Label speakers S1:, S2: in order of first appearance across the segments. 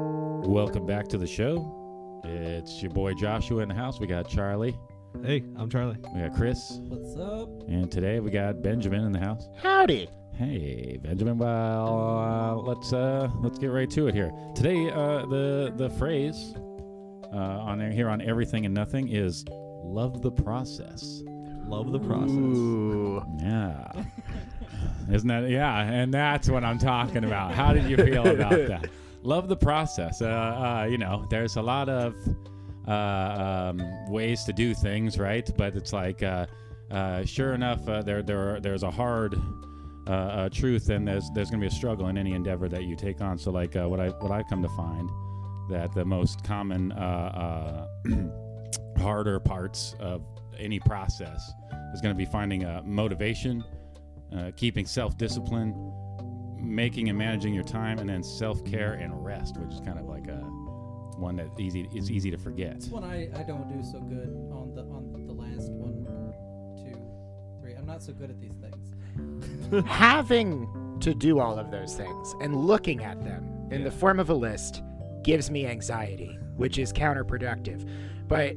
S1: Welcome back to the show. It's your boy Joshua in the house. We got Charlie.
S2: Hey, I'm Charlie.
S1: We got Chris.
S3: What's up?
S1: And today we got Benjamin in the house.
S4: Howdy.
S1: Hey, Benjamin. Well, uh, let's uh, let's get right to it here. Today, uh, the the phrase uh, on there here on everything and nothing is love the process.
S2: Love the process.
S4: Ooh.
S1: Yeah. Isn't that yeah? And that's what I'm talking about. How did you feel about that? Love the process. Uh, uh, you know, there's a lot of uh, um, ways to do things, right? But it's like, uh, uh, sure enough, uh, there there are, there's a hard uh, uh, truth, and there's there's gonna be a struggle in any endeavor that you take on. So like, uh, what I what I come to find that the most common uh, uh, harder parts of any process is going to be finding uh, motivation, uh, keeping self discipline, making and managing your time, and then self care and rest, which is kind of like a one that easy is easy to forget.
S3: This one I, I don't do so good on the on the last one, two, three. I'm not so good at these things.
S4: Having to do all of those things and looking at them in the form of a list gives me anxiety, which is counterproductive. But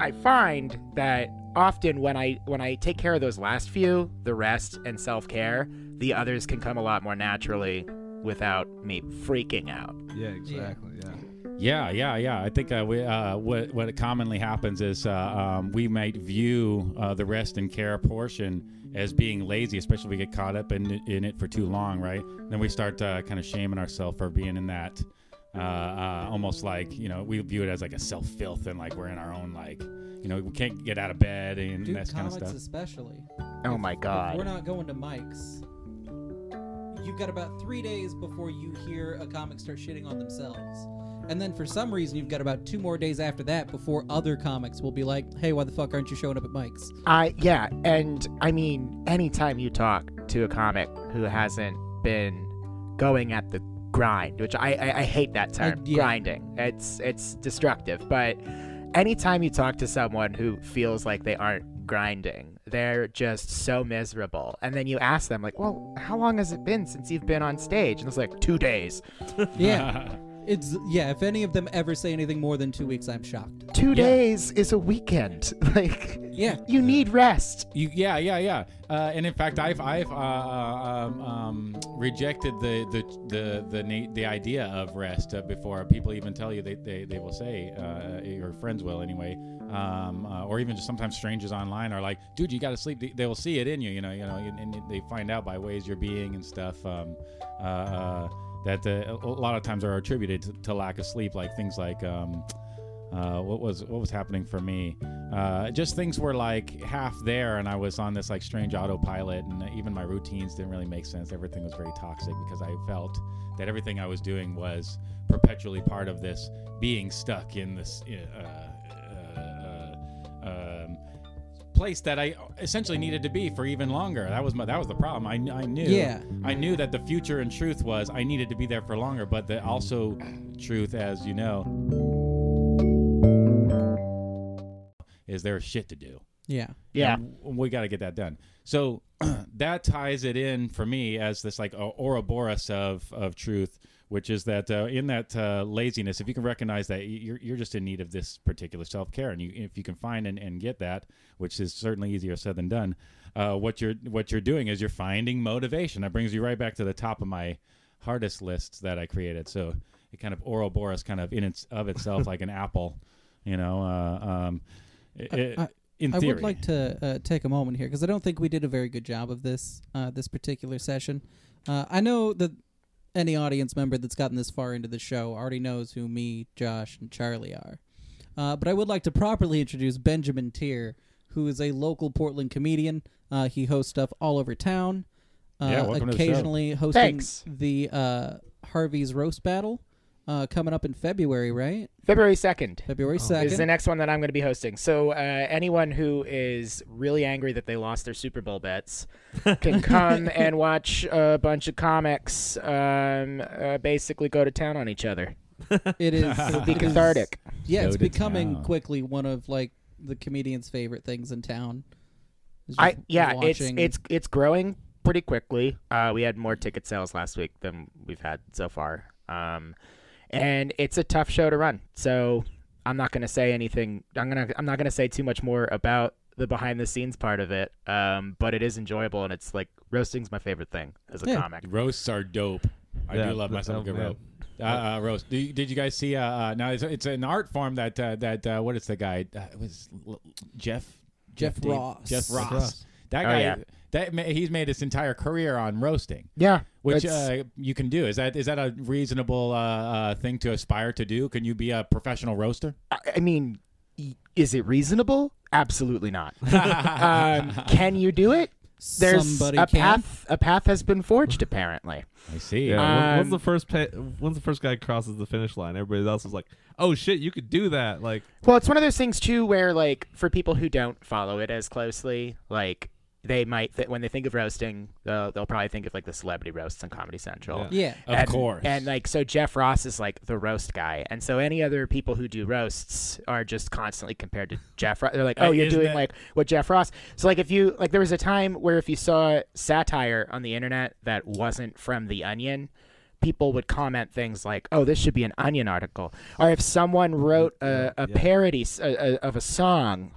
S4: I find that often when I when I take care of those last few, the rest and self-care, the others can come a lot more naturally without me freaking out.
S2: Yeah, exactly. Yeah.
S1: Yeah, yeah, yeah. I think uh, we, uh, what what commonly happens is uh, um, we might view uh, the rest and care portion as being lazy, especially if we get caught up in in it for too long, right? Then we start uh, kind of shaming ourselves for being in that. Uh, uh, almost like you know we view it as like a self filth and like we're in our own like you know we can't get out of bed and
S3: Do
S1: that kind of
S3: comics
S1: stuff.
S3: especially.
S4: Oh my
S3: If we're
S4: god.
S3: not going to Mike's. You've got about three days before you hear a comic start shitting on themselves. And then for some reason, you've got about two more days after that before other comics will be like, hey, why the fuck aren't you showing up at Mike's?
S4: I yeah, and I mean, anytime you talk to a comic who hasn't been going at the grind, which I I, I hate that term,
S3: yeah.
S4: grinding. It's it's destructive. But anytime you talk to someone who feels like they aren't grinding, they're just so miserable. And then you ask them like, "Well, how long has it been since you've been on stage?" And it's like two days.
S3: Yeah. It's yeah. If any of them ever say anything more than two weeks, I'm shocked.
S4: Two days is a weekend. Like,
S3: Yeah.
S4: you need rest.
S1: You, yeah, yeah, yeah. Uh, and in fact, I've I've uh, uh, um, um, rejected the the the the, na- the idea of rest uh, before. People even tell you they they, they will say, uh, your friends will anyway, um, uh, or even just sometimes strangers online are like, dude, you got to sleep. They- They will see it in you, you know, you know, and, and they find out by ways you're being and stuff. Um, uh, uh, that the, a lot of times are attributed to, to lack of sleep, like things like. Um, uh, what was what was happening for me uh, just things were like half there and i was on this like strange autopilot and even my routines didn't really make sense everything was very toxic because i felt that everything i was doing was perpetually part of this being stuck in this uh, uh, uh, um, place that i essentially needed to be for even longer that was my, that was the problem i, I knew
S3: Yeah.
S1: I knew that the future and truth was I needed to be there for longer, but the also truth, as you know, is there shit to do.
S3: Yeah.
S4: Yeah.
S1: And w- we got to get that done. So that ties it in for me as this like o- Ouroboros of of truth, which is that uh, in that uh, laziness, if you can recognize that y- you're you're just in need of this particular self care, and you if you can find and, and get that, which is certainly easier said than done. Uh, what you're what you're doing is you're finding motivation. That brings you right back to the top of my hardest lists that I created. So it kind of Ouroboros kind of in its of itself like an apple, you know. Uh, um, it-
S3: I-
S1: in
S3: I
S1: theory.
S3: would like to uh, take a moment here because I don't think we did a very good job of this uh, this particular session. Uh, I know that any audience member that's gotten this far into the show already knows who me, Josh, and Charlie are. Uh, but I would like to properly introduce Benjamin Tier, who is a local Portland comedian. Uh, he hosts stuff all over town. Uh,
S1: Yeah, welcome to the show.
S3: occasionally hosting
S4: Thanks.
S3: the uh, Harvey's roast battle uh, coming up in February, right?
S4: February 2nd.
S3: February
S1: Oh.
S4: is the
S3: second.
S4: next one that I'm going to be hosting. So uh, anyone who is really angry that they lost their Super Bowl bets can come and watch a bunch of comics um, uh, basically go to town on each other.
S3: It is.
S4: It'll be
S3: it is-
S4: cathartic.
S3: Yeah,
S1: Go
S3: it's
S1: to
S3: becoming
S1: town.
S3: quickly one of like the comedian's favorite things in town. Is
S4: I
S3: just
S4: yeah, it's
S3: watching-
S4: it's it's growing pretty quickly. Uh, we had more ticket sales last week than we've had so far. Um, and it's a tough show to run. So I'm not gonna say anything. I'm gonna I'm not gonna say too much more about the behind the scenes part of it. Um, but it is enjoyable, and it's like roasting's my favorite thing as a
S3: Yeah.
S4: comic.
S1: Roasts are dope. I
S2: Yeah,
S1: do love
S2: the-
S1: myself a
S2: oh,
S1: good
S2: man.
S1: roast. Uh, uh, roast. Do you- Did you guys see? Uh, uh, now it's, it's an art form that uh, that uh, what is the guy? Uh, it was L- Jeff
S3: Jeff
S1: Dave-
S3: Ross.
S1: Jeff Ross.
S2: Ross.
S1: That
S4: Oh,
S1: guy.
S4: yeah.
S1: That ma- he's made his entire career on roasting,
S4: Yeah,
S1: which uh, you can do. Is that is that a reasonable uh, uh, thing to aspire to do? Can you be a professional roaster?
S4: I- I mean, y- is it reasonable? Absolutely not. um, can you do it? There's
S3: Somebody
S4: a
S3: can.
S4: path. A path has been forged, apparently.
S1: I see.
S2: Yeah. on-
S4: Um,
S2: once the first pa- once the first guy crosses the finish line, everybody else is like, "Oh shit, you could do that!" Like,
S4: Well, it's one of those things too, where like for people who don't follow it as closely, like they might th- when they think of roasting, they'll, they'll probably think of like the celebrity roasts on Comedy Central.
S2: Yeah.
S3: Yeah.
S1: Of
S4: And-
S1: course.
S4: And like so, Jeff Ross is like the roast guy, and so any other people who do roasts are just constantly compared to Jeff. Ross. They're like,
S1: Uh,
S4: oh, you're
S1: isn't
S4: doing
S1: that-
S4: like what Jeff Ross. So like if you like, there was a time where if you saw satire on the internet that wasn't from The Onion. People would comment things like, "Oh, this should be an Onion article," or if someone wrote a, a
S2: Yeah.
S4: parody s- a- a- of a song,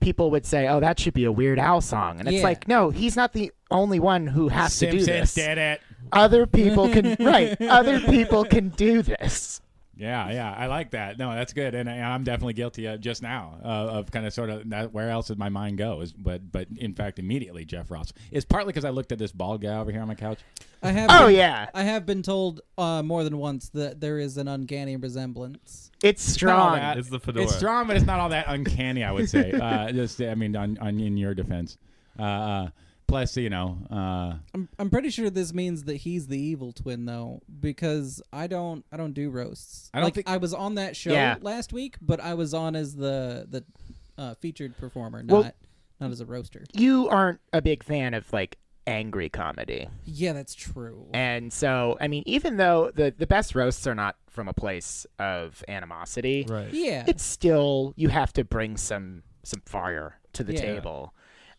S4: people would say, "Oh, that should be a Weird Al song," and it's
S3: Yeah.
S4: like, no, he's not the only one who has
S1: Simpsons
S4: to do this
S1: did it.
S4: other people can right other people can do this
S1: Yeah, yeah, I like that. No, that's good, and I, I'm definitely guilty of just now uh, of kind of sort of that, where else did my mind go? Is but but in fact, immediately Jeff Ross. It's partly because I looked at this bald guy over here on my couch.
S3: I have.
S4: oh
S3: been-
S4: yeah
S3: I have been told uh, more than once that there is an uncanny resemblance.
S4: it's
S1: not all
S4: strong
S1: that-
S2: It's the fedora.
S1: It's strong, but it's not all that uncanny. I would say. uh, just I mean, on, on in your defense. Uh, Uh, plus, you know, uh,
S3: I'm, I'm pretty sure this means that he's the evil twin though, because I don't I don't do roasts.
S1: I don't
S3: like,
S1: think-
S3: I was on that show
S4: Yeah.
S3: last week, but I was on as the the uh, featured performer, not
S4: Well-
S3: not as a roaster.
S4: you aren't a big fan of like angry comedy
S3: Yeah, that's true.
S4: and so i mean even though the the best roasts are not from a place of animosity
S2: right?
S3: yeah,
S4: it's still you have to bring some some fire to the
S3: Yeah.
S4: table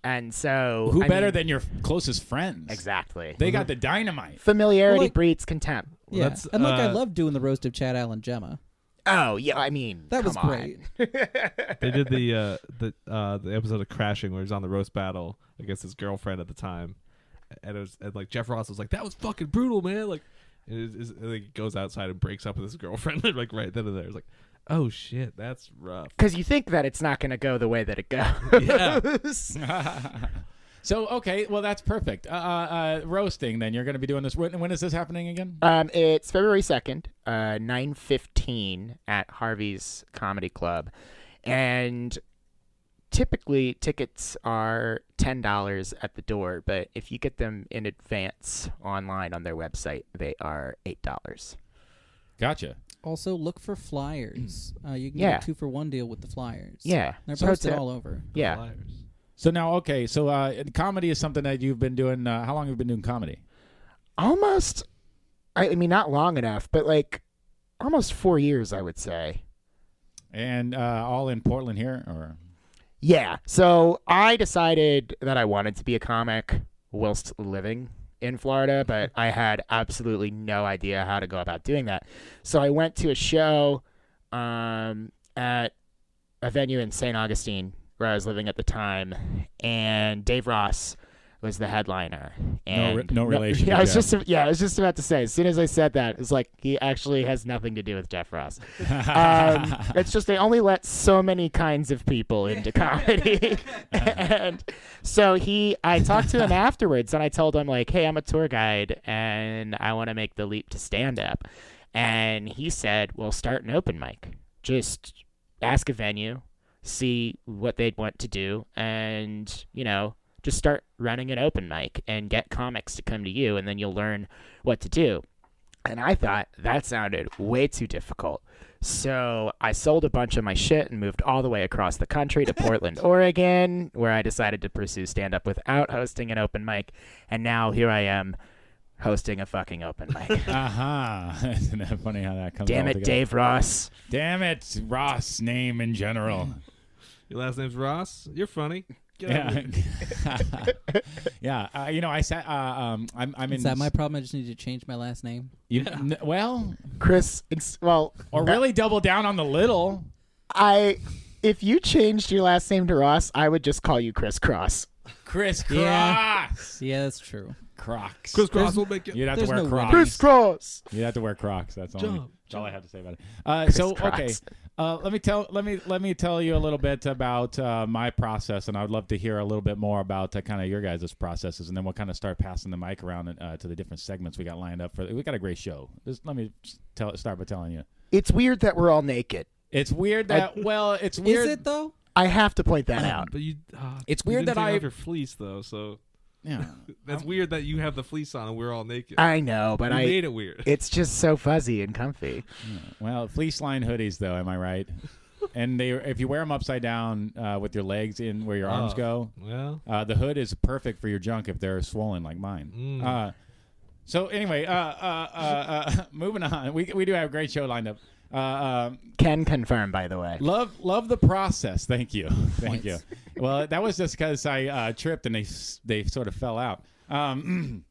S4: and so
S1: who
S4: I
S1: better
S4: mean-
S1: than your closest friends?
S4: exactly Mm-hmm.
S1: They got the dynamite.
S4: familiarity
S3: Well, like-
S4: breeds contempt
S3: yeah.
S2: that's,
S3: and look, I
S2: uh,
S3: love doing the roast of Chad Allen Gemma.
S4: oh yeah i mean
S3: That was
S4: come on.
S3: great.
S2: They did the uh, the uh, the episode of Crashing where he's on the roast battle against his girlfriend at the time, and it was and like Jeff Ross was like, "That was fucking brutal, man!" Like, and it is, and, like, he goes outside and breaks up with his girlfriend like right then and there. It's like, "Oh shit, that's rough."
S4: because you think that it's not going to go the way that it goes.
S1: So okay, well that's perfect. Uh, uh, uh, roasting. Then you're going to be doing this. When, when is this happening again?
S4: um, it's February second, uh, nine fifteen at Harvey's Comedy Club, and typically tickets are ten dollars at the door. But if you get them in advance online on their website, they are eight dollars.
S1: Gotcha.
S3: Also, look for flyers. Uh, you can
S4: Yeah.
S3: get a two for one deal with the flyers.
S4: Yeah,
S3: they're
S4: so
S3: posted
S4: it's a-
S3: all over.
S4: Yeah,
S2: Liars.
S1: So now, okay, so uh, comedy is something that you've been doing. Uh, how long have you been doing comedy?
S4: almost. I, I mean, not long enough, but like almost four years, I would say.
S1: And uh, all in Portland here, or
S4: Yeah. So I decided that I wanted to be a comic whilst living in Florida, but I had absolutely no idea how to go about doing that. So I went to a show um, at a venue in St. Augustine where I was living at the time, and Dave Ross was the headliner. And
S1: re- no relation
S4: Yeah,
S1: to
S4: I was
S1: Jeff.
S4: just yeah, I was just about to say. As soon as I said that, it's like he actually has nothing to do with Jeff Ross um, it's just they only let so many kinds of people into comedy and so he i talked to him afterwards and i told him like hey i'm a tour guide and i want to make the leap to stand up and he said well start an open mic just ask a venue see what they'd want to do and you know just start running an open mic and get comics to come to you and then you'll learn what to do and I thought that sounded way too difficult. So I sold a bunch of my shit and moved all the way across the country to Portland, Oregon, where I decided to pursue stand up without hosting an open mic. And now here I am hosting a fucking open mic.
S1: uh-huh. Isn't that funny how that comes?
S4: Damn
S1: all
S4: it,
S1: together?
S4: Dave Ross.
S1: Damn it, Ross name in general.
S2: Your last name's Ross. You're funny. Get out of
S1: Yeah,
S2: here.
S1: yeah. Uh, you know, I sat. Uh, um, I'm. I'm in.
S3: Is that my problem? I just need to change my last name.
S1: You, n- well,
S4: Chris, it's, well,
S1: or really double down on the little.
S4: I if you changed your last name to Ross, I would just call you Chris Cross.
S1: Chris Cross.
S3: Yeah. Yeah, that's true.
S1: Crocs.
S2: Chris Cross will make it.
S1: You'd have to
S3: There's
S1: wear
S3: no
S1: Crocs.
S4: Chris Cross.
S1: You'd have to wear Crocs. That's all.
S2: Jump,
S1: That's all I have to say about it. Uh, so
S4: Crocs.
S1: okay, uh, let me tell let me let me tell you a little bit about uh, my process, and I would love to hear a little bit more about uh, kind of your guys' processes, and then we'll kind of start passing the mic around uh, to the different segments we got lined up for. We got a great show. Just let me just tell start by telling you,
S4: It's weird that we're all naked.
S1: it's weird that well, it's weird.
S3: Is it though?
S4: I have to point that out.
S2: But you, uh,
S1: It's
S2: you
S1: weird
S2: didn't
S1: that
S2: take
S1: I-
S2: off your fleece though. So
S1: yeah.
S2: that's weird that you have the fleece on and we're all naked.
S4: I know, but
S2: you
S4: I
S2: made it weird.
S4: it's just so fuzzy and comfy.
S1: Well, fleece line hoodies, though, am I right? and they, if you wear them upside down uh, with your legs in where your arms
S2: Oh.
S1: go,
S2: Well,
S1: uh, the hood is perfect for your junk if they're swollen like mine.
S2: Mm.
S1: Uh, so anyway, uh, uh, uh, uh, moving on, we we do have a great show lined up. Uh, um,
S4: Can confirm, by the way.
S1: love love the process. Thank you, thank you.
S3: Points.
S1: Well, that was just because I uh, tripped and they s- they sort of fell out. Um,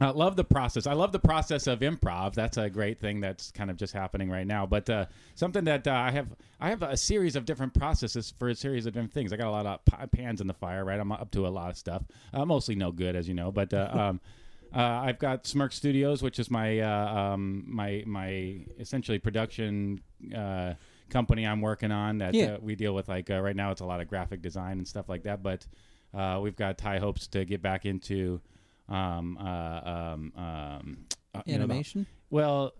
S1: I love the process. I love the process of improv. That's a great thing that's kind of just happening right now. But uh, something that uh, I have, I have a series of different processes for a series of different things. I got a lot of p- pans in the fire, right? I'm up to a lot of stuff. Uh, mostly no good, as you know. But uh, um, uh, I've got Smirk Studios, which is my uh, um, my my essentially production. Uh, company I'm working on that
S3: Yeah.
S1: uh, we deal with like uh, right now it's a lot of graphic design and stuff like that but uh, we've got high hopes to get back into um, uh, um, um, uh, you know, the-
S3: Animation.
S1: well,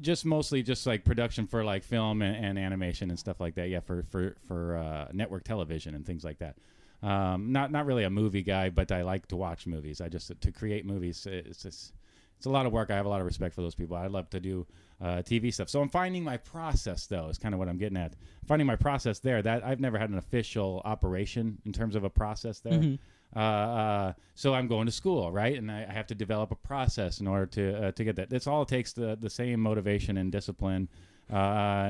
S1: just mostly just like production for like film and, and animation and stuff like that. Yeah, for for for uh, network television and things like that. Um, not not really a movie guy, but I like to watch movies. I just to create movies. It's just it's a lot of work. I have a lot of respect for those people. I love to do uh, TV stuff. So I'm finding my process though. Is kind of what I'm getting at. finding my process there. That I've never had an official operation in terms of a process there. Uh, uh, so I'm going to school, right? And I, I have to develop a process in order to uh, to get that. That's all it takes the the same motivation and discipline, uh,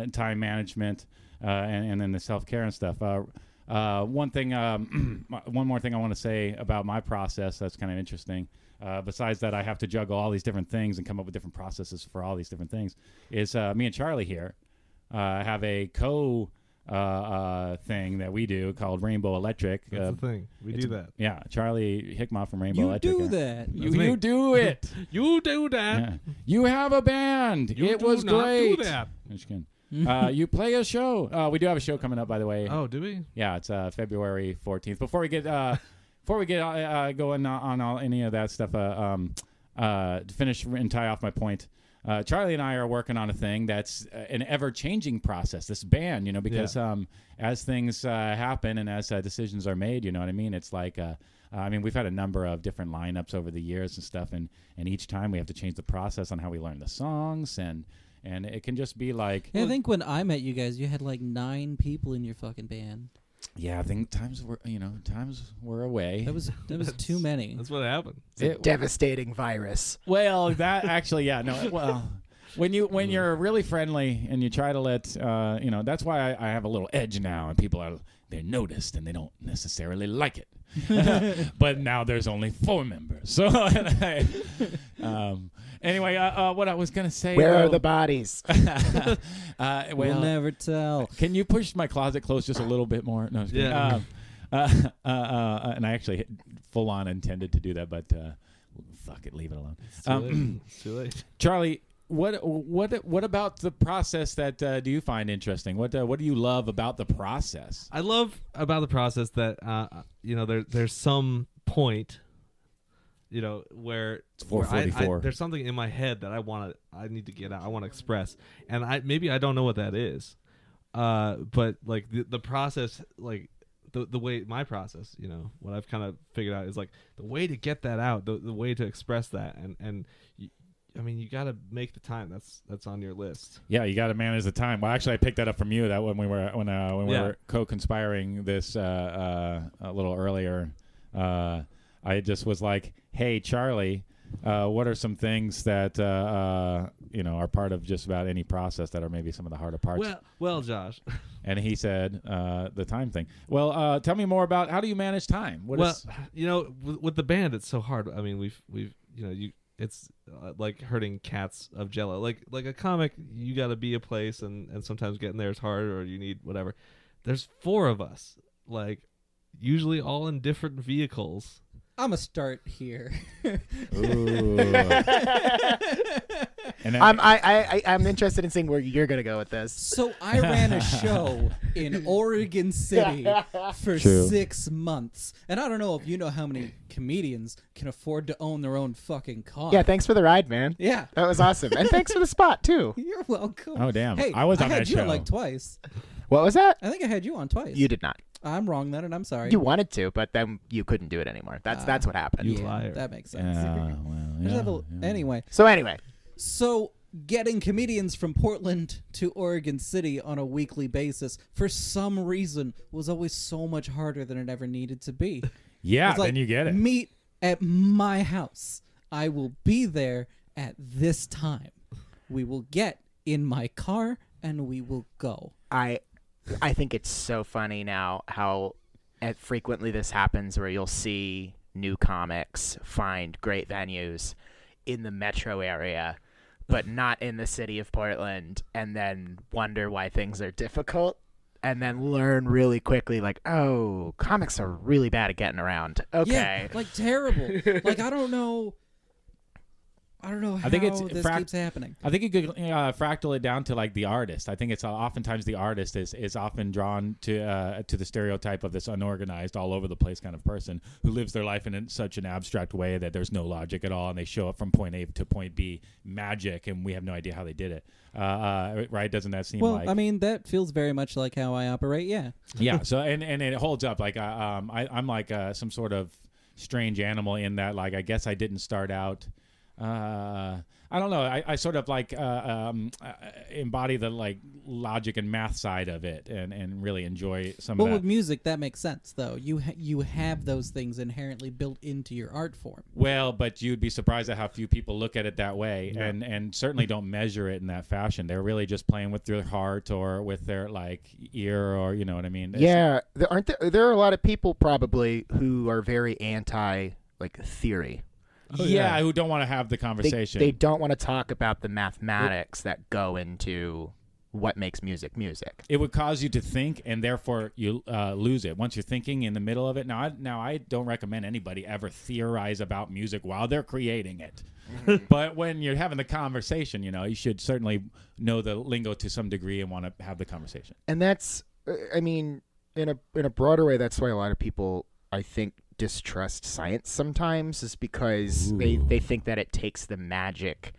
S1: and time management, uh, and, and then the self care and stuff. Uh, uh, one thing, um, one more thing I want to say about my process that's kind of interesting. Uh, besides that, I have to juggle all these different things and come up with different processes for all these different things. Is uh, me and Charlie here? uh, have a co uh, uh, thing that we do called Rainbow Electric.
S2: that's
S1: uh,
S2: the thing. We
S1: it's-
S2: do that.
S1: Yeah, Charlie Hickma from Rainbow
S3: You
S1: Electric.
S3: do
S1: uh,
S3: that.
S1: You,
S2: That's me.
S1: you do it.
S2: You do that.
S1: Yeah. You have a band.
S2: You
S1: it
S2: do
S1: was
S2: not do
S1: great.
S2: that.
S1: I'm just kidding. uh, you play a show. Uh, we do have a show coming up, by the way.
S2: Oh, do we?
S1: Yeah, it's uh, February 14th. Before we get uh, before we get uh, uh, going on, on all, any of that stuff, uh, um, uh, to finish and tie off my point. Uh, Charlie and I are working on a thing that's uh, an ever-changing process. This band, you know, because um, as things uh, happen and as uh, decisions are made, you know what I mean. It's like, uh, I mean, we've had a number of different lineups over the years and stuff, and and each time we have to change the process on how we learn the songs, and and it can just be like,
S3: Yeah, I think when I met you guys, you had like nine people in your fucking band.
S1: yeah, I think times were, you know, times were away.
S3: That was that was too many.
S2: That's what happened.
S1: It-
S4: Devastating virus.
S1: Well, that actually, yeah, no. Well, when you
S4: Mm.
S1: when you're really friendly and you try to let, uh, you know, that's why I, I have a little edge now, and people are they're noticed and they don't necessarily like it. but now there's only four members, so. and I- um, anyway, uh, uh, what I was gonna say.
S4: Where are
S1: though-
S4: the bodies?
S1: uh,
S3: We'll
S1: well,
S3: never tell.
S1: can you push my closet closed just a little bit more? No, I'm just kidding.
S2: Yeah.
S1: Um, uh, uh, uh, and I actually hit- full on intended to do that, but uh, fuck it, leave it alone.
S2: It's too,
S1: Um,
S2: late. It's too late.
S1: Charlie, what what what about the process that uh, do you find interesting? What uh, what do you love about the process?
S2: I love about the process that uh, you know there there's some point, you know, where,
S1: It's
S2: where I- I-
S1: 4:44.
S2: there's something in my head that I want to I need to get out. I want to express, and I maybe I don't know what that is, uh, but like the the process like. The, the way my process you know what i've kind of figured out is like the way to get that out the, the way to express that and and you, i mean you got to make the time that's that's on your list
S1: Yeah, you got to manage the time. Well, actually, I picked that up from you that when we were when uh, when we
S2: Yeah.
S1: were co-conspiring this uh, uh, a little earlier. Uh, I just was like, "Hey, Charlie, uh, what are some things that uh, uh, you know are part of just about any process that are maybe some of the harder parts?
S2: Well, well, Josh.
S1: and he said uh, the time thing. Well, uh, tell me more about how do you manage time? What is
S2: well, you know, with, with the band, it's so hard. I mean, we've we've you know you it's uh, like hurting cats of jello. Like like a comic, you got to be a place, and and sometimes getting there is hard, or you need whatever. There's four of us, like usually all in different vehicles.
S3: I'm gonna start here.
S1: Ooh. and then,
S4: I'm I, I I- I'm interested in seeing where you're gonna go with this.
S3: so I ran a show in Oregon City for
S1: True.
S3: six months, and I don't know if you know how many comedians can afford to own their own fucking car.
S4: Yeah, thanks for the ride, man.
S3: yeah.
S4: That was awesome, and thanks for the spot too.
S3: You're welcome.
S1: Oh, damn.
S3: Hey,
S1: I was on
S3: had
S1: that
S3: you
S1: show.
S3: on like twice.
S4: What was that?
S3: I think I had you on twice.
S4: You did not.
S3: I'm wrong then, and I'm sorry.
S4: You wanted to, but then you couldn't do it anymore. That's that's what happened.
S2: you
S3: Yeah,
S2: liar.
S3: That makes sense.
S1: yeah, well,
S3: I just
S1: yeah,
S3: have a-
S1: yeah.
S3: Anyway,
S4: So anyway,
S3: So, getting comedians from Portland to Oregon City on a weekly basis for some reason was always so much harder than it ever needed to be.
S1: Yeah,
S3: It's like,
S1: then you get it.
S3: Meet at my house. I will be there at this time. We will get in my car and we will go.
S4: I I think it's so funny now how uh, frequently this happens where you'll see new comics find great venues in the metro area but not in the city of Portland and then wonder why things are difficult and then learn really quickly like oh comics are really bad at getting around okay
S3: Yeah, like terrible. like I don't know. I don't know how
S1: I think it's
S3: this
S1: frac-
S3: keeps happening.
S1: I think you could uh, fractal it down to like the artist. I think it's uh, oftentimes the artist is, is often drawn to uh, to the stereotype of this unorganized, all over the place kind of person who lives their life in an- such an abstract way that there's no logic at all, and they show up from point A to point B, magic, and we have no idea how they did it. Uh, uh, right? Doesn't that seem
S3: Well,
S1: like?
S3: I mean that feels very much like how I operate. Yeah.
S1: yeah so and and it holds up like uh, um I, i'm like uh, some sort of strange animal in that like i guess i didn't start out uh i don't know i, I sort of like uh, um uh, embody the like logic and math side of it and and really enjoy some
S3: Well,
S1: of
S3: with
S1: that
S3: music, that makes sense, though. You ha- you have those things inherently built into your art form.
S1: well but you'd be surprised at how few people look at it that way and and certainly don't measure it in that fashion they're really just playing with their heart or with their like ear or you know what i mean It's-
S4: Yeah, there aren't there, there are a lot of people probably who are very anti like theory.
S2: Oh,
S1: yeah,
S2: yeah.
S1: who don't want to have the
S4: They,
S1: conversation
S4: they don't want to talk about the mathematics that go into what makes music music.
S1: it would cause you to think and therefore you uh, lose it once you're thinking in the middle of it now I, now I don't recommend anybody ever theorize about music while they're creating it but when you're having the conversation you know you should certainly know the lingo to some degree and want to have the conversation
S4: And that's uh, I mean in a in a broader way that's why a lot of people I think distrust science sometimes is because they they think that it takes the magic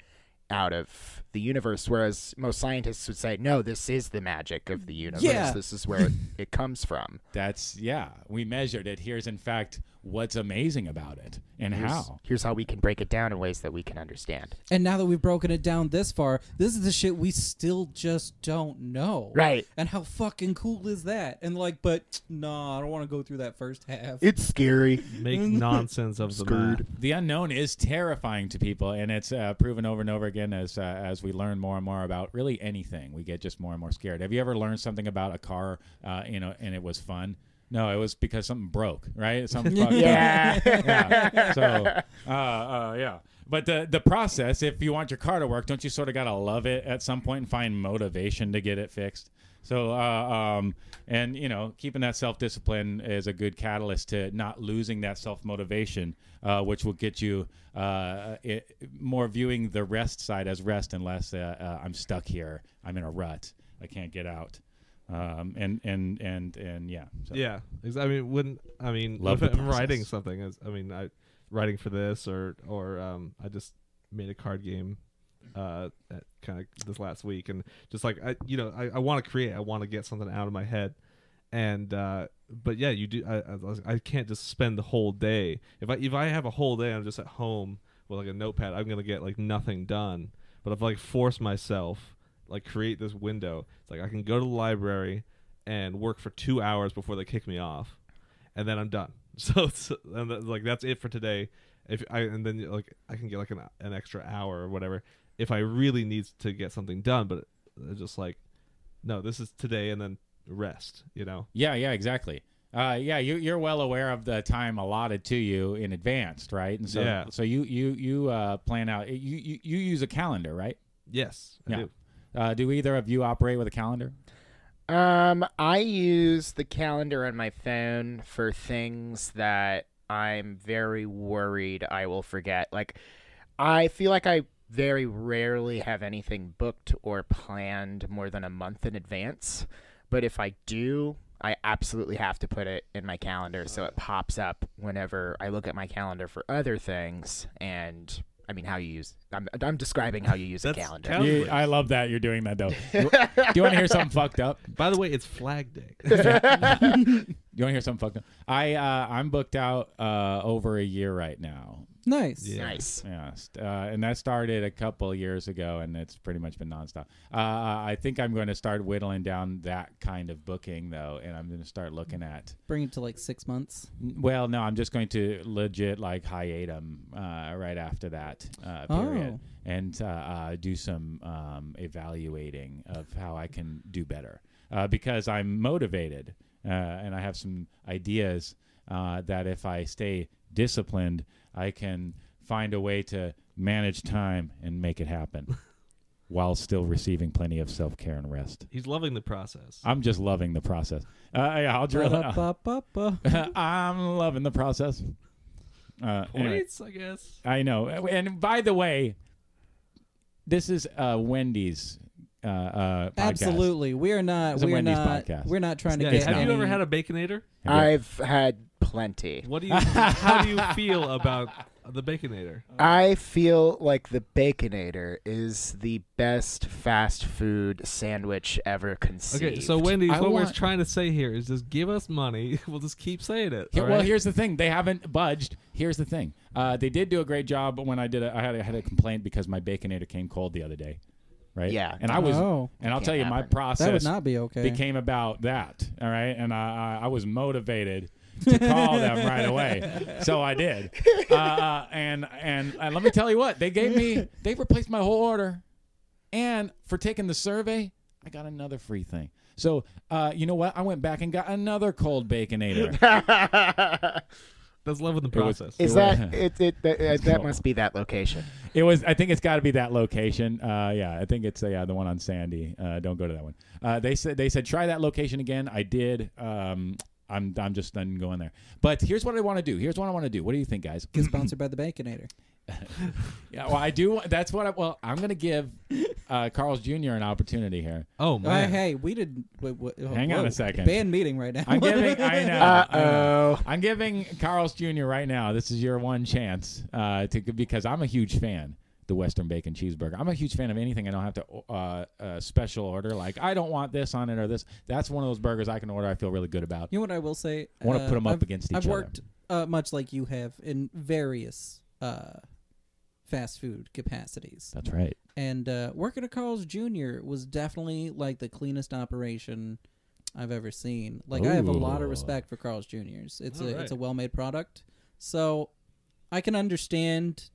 S4: out of the universe whereas most scientists would say no this is the magic of the universe
S3: Yeah.
S4: this is where it, it comes from
S1: that's yeah we measured it here's in fact what's amazing about it and how
S4: here's how we can break it down in ways that we can understand
S3: And now that we've broken it down this far, this is the shit we still just don't know.
S4: Right.
S3: And how fucking cool is that? And like, but nah, I don't want to go through that first half.
S4: It's scary.
S2: Make nonsense of the math.
S1: the unknown is terrifying to people, and it's uh, proven over and over again as uh, as we learn more and more about really anything. We get just more and more scared. Have you ever learned something about a car, uh, you know, and it was fun? No, it was because something broke, right? Something fucked up.
S4: Yeah.
S1: Yeah. So, uh, uh, yeah. But the the process, if you want your car to work, don't you sort of gotta love it at some point and find motivation to get it fixed? So, uh, um, and you know, keeping that self discipline is a good catalyst to not losing that self motivation, uh, which will get you uh, it, more viewing the rest side as rest, unless uh, uh, I'm stuck here, I'm in a rut, I can't get out, um, and and and and yeah, so.
S2: Yeah, ex- I mean, when I mean,
S1: Love
S2: if
S1: the
S2: I'm writing
S1: process.
S2: something, as I mean, I writing for this or or um, I just made a card game, uh, kind of this last week, and just like I, you know, I, I want to create, I want to get something out of my head, and uh, but yeah, you do. I, I was- I can't just spend the whole day. If I if I have a whole day, I'm just at home with like a notepad. I'm gonna get like nothing done. But if I, like force myself, like create this window, it's like I can go to the library and work for two hours before they kick me off, and then I'm done. So, it's and that, like that's it for today. if I and then like I can get like an an extra hour or whatever if I really need to get something done. But it's just like, no, this is today and then rest. You know,
S1: Yeah, yeah, exactly. Uh, yeah, you, you're well aware of the time allotted to you in advance, right? And so,
S2: Yeah.
S1: so you you you uh, plan out. You, you you use a calendar, right?
S2: yes, I
S1: Yeah.
S2: do.
S1: Uh, do either of you operate with a calendar?
S4: Um, I use the calendar on my phone for things that I'm very worried I will forget. Like, I feel like I very rarely have anything booked or planned more than a month in advance. But if I do, I absolutely have to put it in my calendar so it pops up whenever I look at my calendar for other things. And I mean, how you use I'm, I'm describing how you use a
S2: That's
S4: calendar.
S2: cal- Calendar.
S1: I love that you're doing that though. do you want to hear something fucked up?
S2: By the way, it's Flag Day.
S1: You want to hear something fucked up? I uh, I'm booked out uh, over a year right now.
S3: Nice.
S2: Yeah.
S4: nice.
S1: Yeah, st- uh, and that started a couple years ago, and it's pretty much been nonstop. Uh, I think I'm going to start whittling down that kind of booking though, and I'm going to start looking at.
S3: Bring it to like six months.
S1: Well, no, I'm just going to legit like hiatum uh, right after that uh, period,
S3: Oh.
S1: and uh, uh, do some um, evaluating of how I can do better uh, because I'm motivated uh, and I have some ideas uh, that if I stay disciplined, I can find a way to manage time and make it happen while still receiving plenty of self care and rest.
S2: He's loving the process.
S1: I'm just loving the process. Uh, yeah, I'll drill.
S3: Ba-ba-ba-ba.
S1: I'm loving the process. Uh, anyway,
S2: Points, I guess.
S1: I know. And by the way, this is uh, Wendy's uh, uh, podcast.
S3: Absolutely. We are not.
S1: It's a
S3: We are
S1: Wendy's
S3: not.
S1: podcast.
S3: We're not trying to
S2: Yeah,
S3: get.
S2: have you
S3: any-
S2: ever had a baconator?
S4: I've had plenty.
S2: What do you? how do you feel about the baconator?
S4: I feel like the Baconator is the best fast food sandwich ever conceived.
S2: Okay, so Wendy's,
S1: I
S2: what we're
S1: want-
S2: trying to say here is just give us money. We'll just keep saying it.
S1: Here-
S2: all
S1: Well,
S2: right?
S1: here's the thing. They haven't budged. Here's the thing. Uh, they did do a great job when I did. A, I had a, had a complaint because my baconator came cold the other day, right?
S4: Yeah.
S1: And I was.
S3: Oh.
S1: and I'll
S4: Can't
S1: tell you, my
S4: happen.
S1: process
S3: That would not be okay.
S1: became about that. All right, and I I, I was motivated to call them right away, so I did. Uh, uh, and and and let me tell you what they gave me. They replaced my whole order, and for taking the survey, I got another free thing. So uh, you know what? I went back and got another cold baconator.
S2: That's loving the
S1: It was-
S2: process.
S4: is that it? it that, uh, that
S1: cool.
S4: must be that location.
S1: It was. I think it's got to be that location. Uh, yeah, I think it's uh, yeah the one on Sandy. Uh, don't go to that one. Uh, they said they said try that location again. I did. Um, I'm I'm just done going there. But here's what I want to do. Here's what I want to do. What do you think, guys?
S3: Get sponsored by the Baconator.
S1: Yeah, well, I do. That's what. I, well, I'm gonna give uh, Carl's Jr. an opportunity here.
S2: oh
S3: Oh,
S2: man,
S3: hey, we did. Wait, what, oh,
S1: Hang on a
S3: whoa.
S1: second.
S3: Band meeting right now.
S1: I'm giving. I know.
S4: Uh
S1: I know.
S4: oh.
S1: I'm giving Carl's Jr. right now. This is your one chance uh, to because I'm a huge fan. The Western Bacon Cheeseburger. I'm a huge fan of anything I don't have to uh, uh, special order. Like I don't want this on it or this. That's one of those burgers I can order. I feel really good about.
S3: You know what I will say?
S1: Wanna put 'em up
S3: Uh, I've-
S1: against each
S3: I've
S1: other.
S3: worked uh, much like you have in various uh, fast food capacities,
S1: That's right.
S3: and uh, working at Carl's Jr. was definitely like the cleanest operation I've ever seen. Like I have a lot
S1: Ooh.
S3: of respect for Carl's Jr.'s. It's a
S2: Alright.
S3: it's a well made product, so I can understand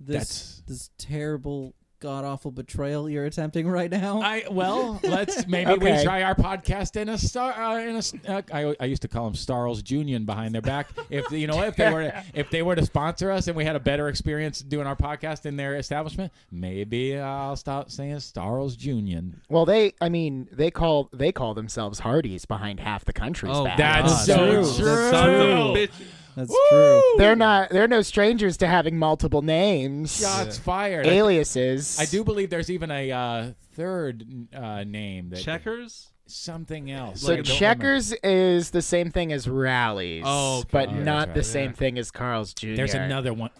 S3: this
S1: That's-
S3: this terrible god awful betrayal you're attempting right now.
S1: I well, let's maybe we
S4: Okay.
S1: try our podcast in a star. Uh, in a, s- uh, I, I used to call them Starls Junior behind their back. If you know if they were if they were to sponsor us and we had a better experience doing our podcast in their establishment, maybe I'll stop saying Starls Junior.
S4: Well, they. I mean, they call they call themselves Hardee's behind half the country's
S2: Oh,
S4: back.
S1: That's
S3: God.
S1: so
S3: True.
S1: true.
S3: That's
S2: Son of a bitch.
S3: That's true.
S4: They're not. They're no strangers to having multiple names,
S1: Shots fired. I,
S4: aliases.
S1: I do believe there's even a uh, third uh, name that
S2: Checkers.
S1: something else.
S4: So
S1: I don't remember.
S4: checkers is the same thing as rallies,
S2: Oh, okay.
S4: but
S1: Yeah, that's
S4: not the
S1: right.
S4: same thing as Carl's Jr.
S1: There's another one.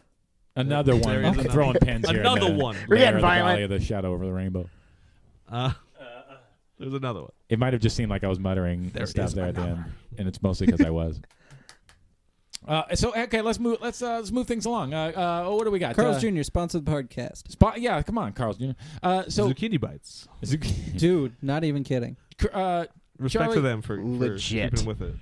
S1: Another one.
S2: There is
S1: I'm
S2: another-
S1: throwing pins here.
S2: Another one.
S4: We're
S1: Lair
S4: getting
S1: of the
S4: violent.
S1: Valley of the shadow over the rainbow.
S2: Uh, there's another one.
S1: It might have just seemed like I was muttering
S2: There
S1: stuff
S2: is
S1: there at the end,
S2: another.
S1: and it's mostly because I was. Uh, so okay, let's move. Let's uh, let's move things along. Uh, uh, oh, what do we got?
S3: Carl's
S1: uh,
S3: Jr. sponsored the podcast.
S1: Spot, yeah, come on, Carl's Jr. Uh, so,
S2: zucchini bites.
S1: Zuc-
S3: Dude, not even kidding.
S1: uh,
S2: Respect
S1: Charlie-
S2: to them for, for
S4: Legit.
S2: keeping with it.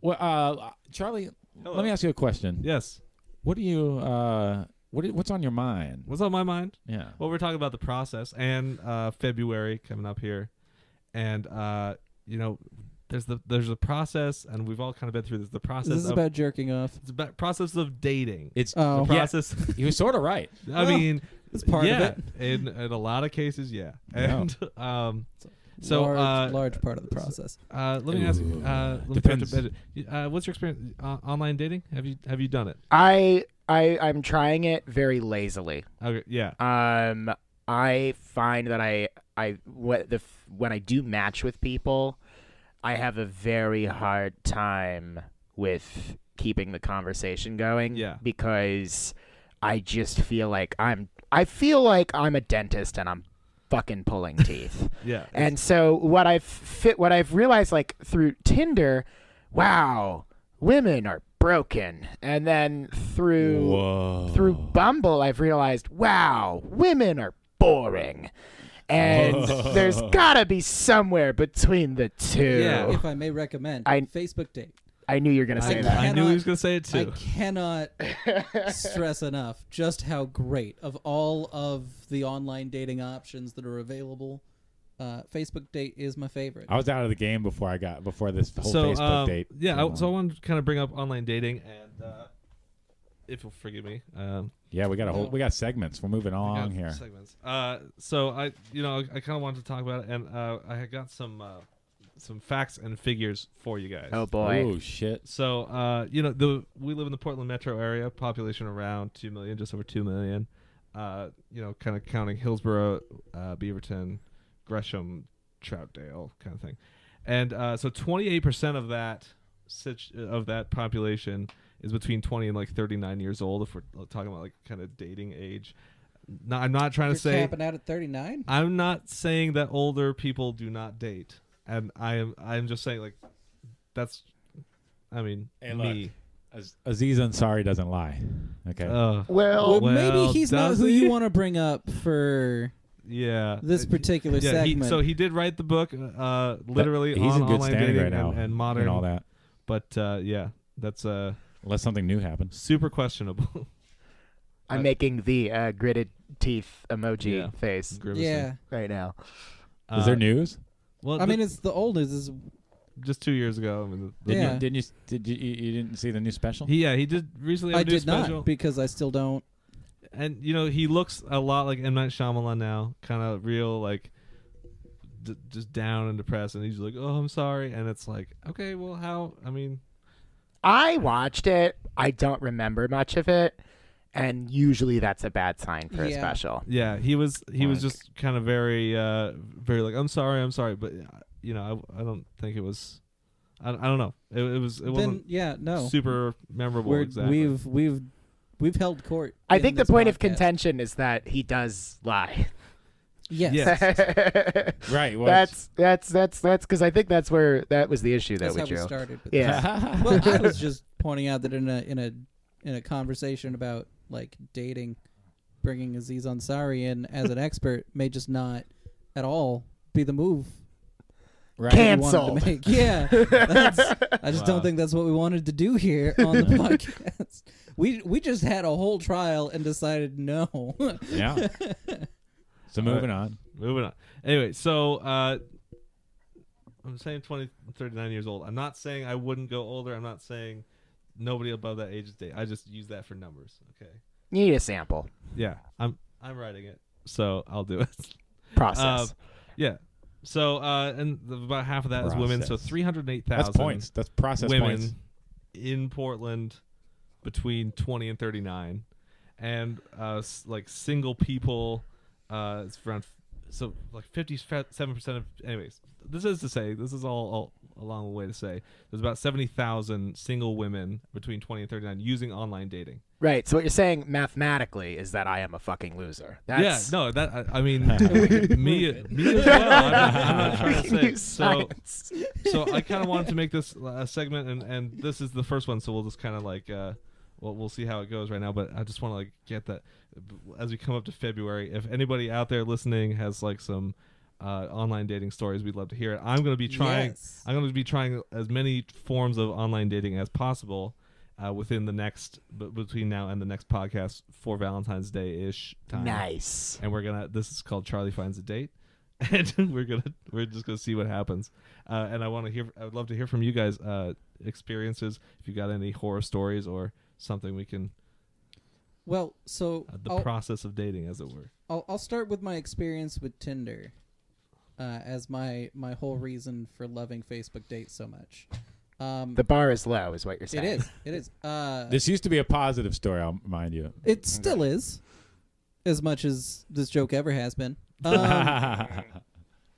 S1: well, uh, Charlie,
S2: Hello.
S1: let me ask you a question.
S2: Yes.
S1: What do you? Uh, what what's on your mind?
S2: What's on my mind?
S1: Yeah.
S2: Well, we're talking about the process and uh, February coming up here, and uh, you know, there's the there's the process, and we've all kind of been through this. The
S3: Is
S2: process
S3: This is
S2: of
S3: about jerking off.
S2: it's about process of dating.
S1: It's
S2: the
S3: Oh,
S1: Yeah.
S2: process.
S1: he was sort of right.
S2: I
S3: Well,
S2: mean,
S3: that's part of
S2: yeah,
S3: it.
S2: In in a lot of cases, yeah,
S1: Yeah.
S2: and um, so
S3: large,
S2: uh,
S3: large part of the process.
S2: uh, let me ask.
S1: Ooh.
S2: Uh, let me back to
S1: Depends.
S2: bed. Uh, what's your experience uh, online dating? Have you have you done it?
S4: I I I'm trying it very lazily.
S2: Okay, yeah.
S4: Um, I find that I I what the f- when I do match with people, I have a very hard time with keeping the conversation going.
S2: Yeah.
S4: because I just feel like I'm I feel like I'm a dentist and I'm fucking pulling teeth.
S2: Yeah.
S4: And so what I've fit, what I've realized, like through Tinder, wow, women are broken. And then through
S1: Whoa.
S4: through Bumble, I've realized, wow, women are boring. And
S1: Whoa.
S4: there's gotta be somewhere between the two.
S2: Yeah.
S3: If I may recommend,
S4: I-
S3: Facebook date.
S4: I knew you were gonna
S3: I
S4: say that.
S2: I knew he
S3: cannot-
S2: was gonna say it
S3: I
S2: too.
S3: cannot stress enough just how great of all of the online dating options that are available. Uh, Facebook date is my favorite.
S1: I was out of the game before I got before this whole
S2: so
S1: Facebook
S2: um,
S1: date.
S2: yeah,
S1: came
S2: I, so I
S1: on.
S2: wanted to kind of bring up online dating, and uh, if you'll forgive me, um,
S1: yeah, we got a whole
S3: No.
S1: we got segments. We're moving
S2: I got
S1: along here.
S2: Segments. Uh, so I, you know, I kind of wanted to talk about it, and uh, I had got some uh, some facts and figures for you guys.
S4: Oh boy.
S1: Oh shit!
S2: So, uh, you know, the we live in the Portland metro area, population around two million, just over two million. Uh, you know, kind of counting Hillsborough, uh, Beaverton, Gresham, Troutdale, kind of thing. And uh, so, twenty-eight percent of that such of that population is between twenty and like thirty-nine years old. If we're uh, talking about like kind of dating age, no, I'm not trying
S3: You're
S2: to say
S3: capping out at 39.
S2: I'm not saying that older people do not date, and I am. I'm just saying like that's. I mean,
S1: Hey, look.
S2: me.
S1: Az- Aziz Ansari doesn't lie. Okay.
S3: Uh,
S2: Ugh,
S4: Well,
S3: Well,
S2: Well,
S3: maybe he's not
S2: does
S3: who
S2: he?
S3: you want to bring up for
S2: yeah.
S3: this
S2: Uh,
S3: particular
S2: yeah, he-
S3: segment.
S2: so he did write the book, uh, literally
S1: But he's
S2: on
S1: in good
S2: online
S1: standing
S2: dating
S1: right now
S2: and, and modern
S1: and all that.
S2: But uh, yeah, that's uh,
S1: Unless something new happens.
S2: super questionable.
S4: I'm making the uh, gritted teeth emoji
S2: Yeah.
S4: face
S2: Grimacing.
S3: yeah,
S4: right now.
S2: Uh,
S1: Is there news?
S2: Well,
S3: I mean,
S2: th-
S3: it's the old news. Is
S2: just two years ago. I mean, the- the-
S1: Didn't
S3: Yeah.
S1: you, didn't you? Did you, you? You didn't see the new special?
S2: He, yeah, he did recently. Have
S3: I
S2: a new
S3: did
S2: special.
S3: not because I still don't.
S2: and you know he looks a lot like M Night Shyamalan now, kind of real like d- just down and depressed, and he's like, "Oh, I'm sorry," and it's like, "Okay, well, how?" I mean,
S4: I watched it. I don't remember much of it, and usually that's a bad sign for a
S3: Yeah.
S4: special.
S2: yeah, he was he was
S4: Like-
S2: just kind of very uh very like, "I'm sorry, I'm sorry," but uh, you know, I, I don't think it was, I, I don't know, it, it was it
S3: Then
S2: wasn't
S3: yeah, no.
S2: super memorable
S3: We're,
S2: exactly.
S3: We've we've we've held court.
S4: I
S3: in
S4: think the
S3: this
S4: point of
S3: podcast.
S4: contention is that he does lie.
S3: Yes.
S2: Yeah.
S1: Right. Well,
S4: that's that's that's that's because I think that's where that was the issue that
S3: That's
S4: we
S3: how we
S4: drew.
S3: started. with
S4: Yeah.
S1: it's-
S3: well, I was just pointing out that in a in a in a conversation about like dating, bringing Aziz Ansari in as an expert may just not at all be the move
S1: right.
S4: Can't-
S3: we wanted
S4: Cancelled.
S3: to make. Yeah, that's, I just
S2: Wow.
S3: don't think that's what we wanted to do here on the podcast. We we just had a whole trial and decided no.
S1: Yeah. So
S3: Uh,
S1: moving on.
S2: Moving on. Anyway, so uh, I'm saying 20, 39 years old. I'm not saying I wouldn't go older. I'm not saying nobody above that age is date. I just use that for numbers. Okay.
S4: You need a sample
S2: Yeah, I'm I'm writing it, so I'll do it.
S4: process.
S3: Um,
S2: Uh, yeah. So uh, and the, about half of that is women. So
S1: Process.
S2: three hundred eight
S1: That's
S2: thousand.
S1: points. That's process
S2: women
S1: points.
S2: in Portland between 20 and 39, and uh, s- like single people, uh, it's around f- so like 57 percent of. Anyways, this is to say this is all, all a long way to say there's about 70,000 single women between 20 and 39 using online dating.
S4: right. So what you're saying mathematically is that I am a fucking loser. That's
S2: yeah, no, that I, I mean me, me as well. I'm, not- I'm not trying to say
S4: You
S2: so.
S4: science.
S2: so I kind of wanted to make this uh, a segment, and and this is the first one, so we'll just kind of like, uh, we'll we'll see how it goes right now. But I just want to like get that uh, as we come up to February. If anybody out there listening has like some uh, online dating stories, we'd love to hear it. I'm gonna be trying.
S3: Yes.
S2: I'm gonna be trying as many forms of online dating as possible, uh, within the next b- between now and the next podcast for Valentine's Day ish time.
S4: Nice.
S2: And we're gonna. This is called Charlie finds a date, and we're gonna. We're just gonna see what happens. Uh, and I want to hear. I would love to hear from you guys uh, experiences. If you got any horror stories or something, we can.
S3: Well, so
S2: Uh, the
S3: I'll,
S2: process of dating, as it were.
S3: I'll I'll start with my experience with Tinder, uh, as my my whole
S1: Mm-hmm.
S3: reason for loving Facebook dates so much. Um,
S4: The bar is low, is what you're
S3: it
S4: saying.
S3: is. It is. Uh,
S1: This used to be a positive story, I'll mind you.
S3: it still is, as much as this joke ever has been. Um,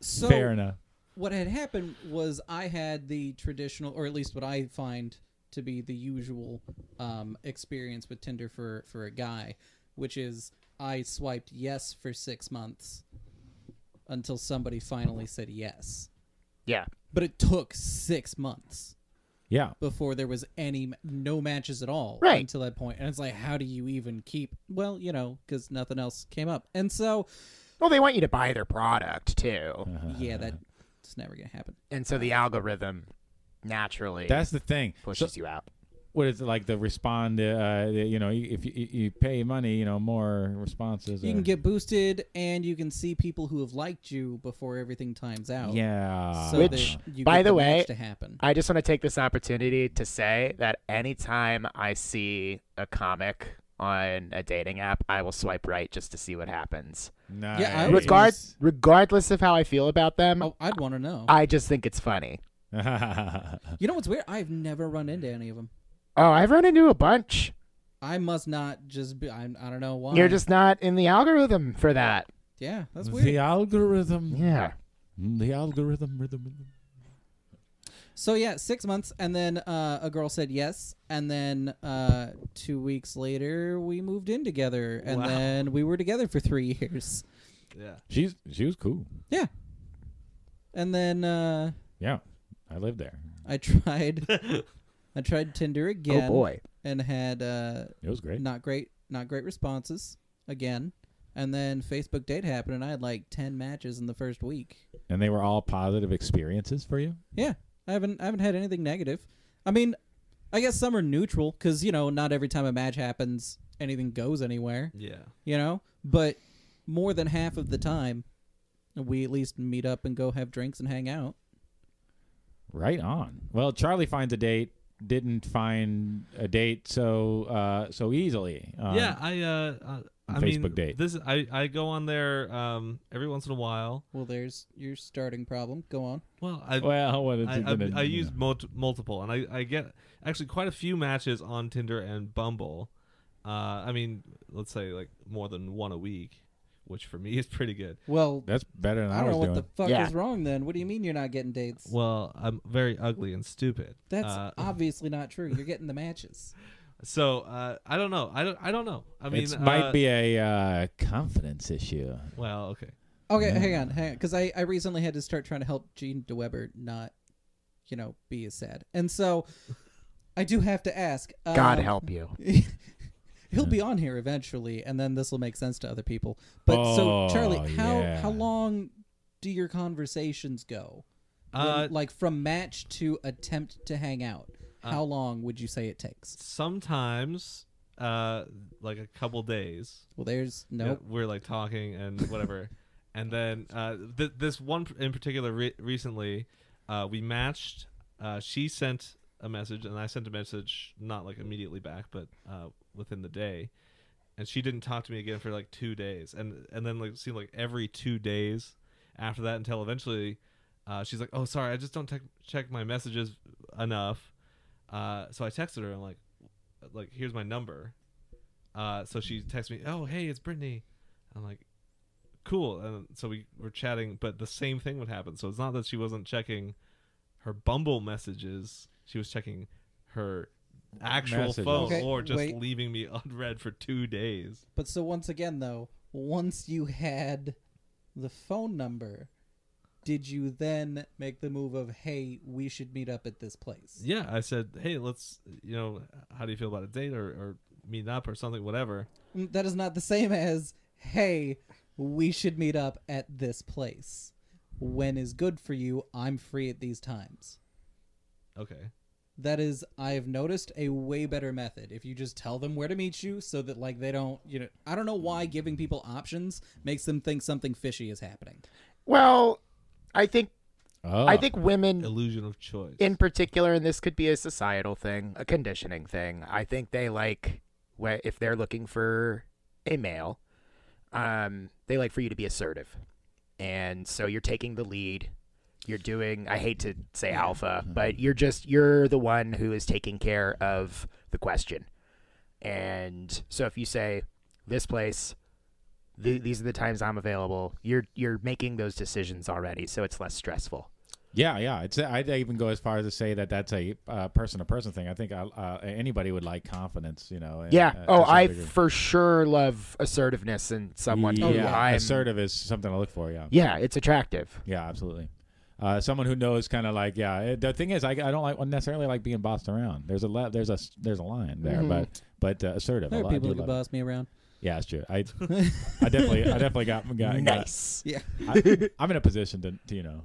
S3: so
S1: Fair enough.
S3: what had happened was I had the traditional, or at least what I find to be the usual um, experience with Tinder for for a guy, which is I swiped yes for six months until somebody finally said yes.
S4: Yeah.
S3: But it took six months
S1: Yeah.
S3: before there was any no matches at all
S4: Right.
S3: until that point. And it's like, how do you even keep? Well, you know, because nothing else came up, and so
S4: Well, they want you to buy their product too,
S3: yeah, that's never gonna happen.
S4: and so the algorithm naturally
S1: That's the thing. So-
S4: pushes you out.
S1: what is it like the respond uh you know if you, you pay money you know more responses
S3: You
S1: are-
S3: can get boosted, and you can see people who have liked you before everything times out.
S1: yeah
S3: so
S4: Which,
S3: that you
S4: by
S3: get
S4: the way-
S3: match to happen.
S4: I just want to take this opportunity to say that anytime I see a comic on a dating app, I will swipe right just to see what happens.
S1: nice.
S3: Yeah, I would-
S4: Regard,
S3: Nice.
S4: regardless of how I feel about them,
S3: Oh, I'd want to know.
S4: I just think it's funny.
S3: you know what's weird? I've never run into any of them.
S4: Oh, I've run into a bunch.
S3: I must not just be. I'm, I don't know why.
S4: You're just not in the algorithm for that.
S3: yeah. That's weird.
S1: the algorithm
S4: Yeah.
S1: the algorithm rhythm, rhythm.
S3: So yeah, six months, and then uh, a girl said yes, and then uh, two weeks later we moved in together, and
S2: Wow.
S3: then we were together for three years.
S2: Yeah.
S1: she's she was cool
S3: Yeah, and then uh,
S1: yeah i lived there
S3: I tried, I tried Tinder again.
S4: Oh boy.
S3: and had uh,
S1: it was great
S3: not great, not great responses again, and then Facebook date happened, and I had like ten matches in the first week.
S1: and they were all positive experiences for you
S3: Yeah, I haven't I haven't had anything negative. I mean, I guess some are neutral because you know not every time a match happens anything goes anywhere.
S2: Yeah.
S3: You know, but more than half of the time, we at least meet up and go have drinks and hang out.
S1: right on well charlie finds a date didn't find a date so uh so easily um,
S2: yeah. I. Uh, uh, I mean,
S1: Facebook date.
S2: This. I. I go on there um, every once in a while.
S3: Well, there's your starting problem. Go on.
S2: Well, I.
S1: well what is
S2: I,
S1: it
S2: I,
S1: gonna-
S2: I
S1: you
S2: use
S1: know.
S2: multi- multiple, and I, I get actually quite a few matches on Tinder and Bumble. Uh, I mean, let's say like more than one a week, which for me is pretty good.
S3: Well,
S1: that's better than
S3: I
S1: i,
S3: don't
S1: was
S3: know what
S1: doing
S3: the fuck
S4: Yeah.
S3: is wrong then. What do you mean you're not getting dates?
S2: Well, I'm very ugly and stupid.
S3: That's
S2: Uh,
S3: obviously not true. You're getting the matches.
S2: so. Uh, I don't know. I don't. I don't know. I mean,
S1: it might
S2: uh,
S1: be a uh, confidence issue.
S2: Well, okay.
S3: Okay, hang on, hang on, because I, I recently had to start trying to help Gene DeWeber not, you know, be as sad, and so I do have to ask. Uh,
S4: God help you.
S3: He'll be on here eventually, and then this will make sense to other people. But so, Charlie,
S1: Oh,
S3: how
S1: yeah.
S3: how long do your conversations go? When-
S2: Uh,
S3: like from match to attempt to hang out, how long would you say it takes?
S2: sometimes, uh, like a couple days.
S3: Well, there's
S2: Yeah,
S3: no.
S2: we're like talking and whatever. and then uh, th- this one in particular re- recently, uh, we matched. Uh, she sent a message and I sent a message, not like immediately back, but uh, within the day. And she didn't talk to me again for like two days, and and then like it seemed like every two days after that until eventually, uh, she's like, "Oh, sorry, I just don't tech check my messages enough." Uh, so I texted her. I'm like, "Like, here's my number." Uh, so she texts me, "Oh, hey, it's Brittany." I'm like, "Cool." And so we were chatting, but the same thing would happen. So it's not that she wasn't checking her Bumble messages; she was checking her actual
S1: Messages.
S2: phone
S3: Okay,
S2: or just
S3: wait.
S2: leaving me unread for two days.
S3: But so once again, though, once you had the phone number, did you then make the move of, hey, we should meet up at this place?
S2: Yeah, I said, "Hey, let's, you know, how do you feel about a date or, or meeting up or something, whatever."
S3: Mm, That is not the same as, hey, we should meet up at this place. When is good for you? I'm free at these times.
S2: Okay.
S3: that is I've noticed a way better method. If you just tell them where to meet you so that like they don't, you know, I don't know why giving people options makes them think something fishy is happening.
S4: Well, I think
S1: Oh,
S4: I think
S3: Mm.
S4: women
S2: Illusion of choice.
S4: in particular, and this could be a societal thing, a conditioning thing. I think they like wh- if they're looking for a male, um, they like for you to be assertive, and so you're taking the lead. You're doing. I hate to say alpha, but you're just you're the one who is taking care of the question. And so if you say this place, th- these are the times I'm available. You're you're making those decisions already, so it's less stressful.
S1: Yeah, yeah. It's I'd even go as far as to say that that's a uh, person-to-person thing. I think uh, uh, anybody would like confidence, you know. and,
S4: Yeah.
S1: uh,
S4: oh,
S1: to some
S4: I
S1: degree.
S4: for sure love assertiveness in someone.
S1: Yeah,
S4: who I'm,
S1: assertive is something I look for. Yeah,
S4: Yeah, it's attractive.
S1: yeah, absolutely. Uh, someone who knows, kind of like, yeah. it- The thing is, I, I don't like necessarily like being bossed around. There's a le- there's a s- there's a line there,
S4: Mm-hmm.
S1: but but uh, assertive.
S3: There
S1: I
S3: are
S1: li- I
S3: people
S1: do
S3: that could
S1: love it.
S3: boss me around.
S1: Yeah, it's true. I I definitely I definitely got got, got
S4: Nice.
S3: Yeah.
S1: I, I'm in a position to, to you know,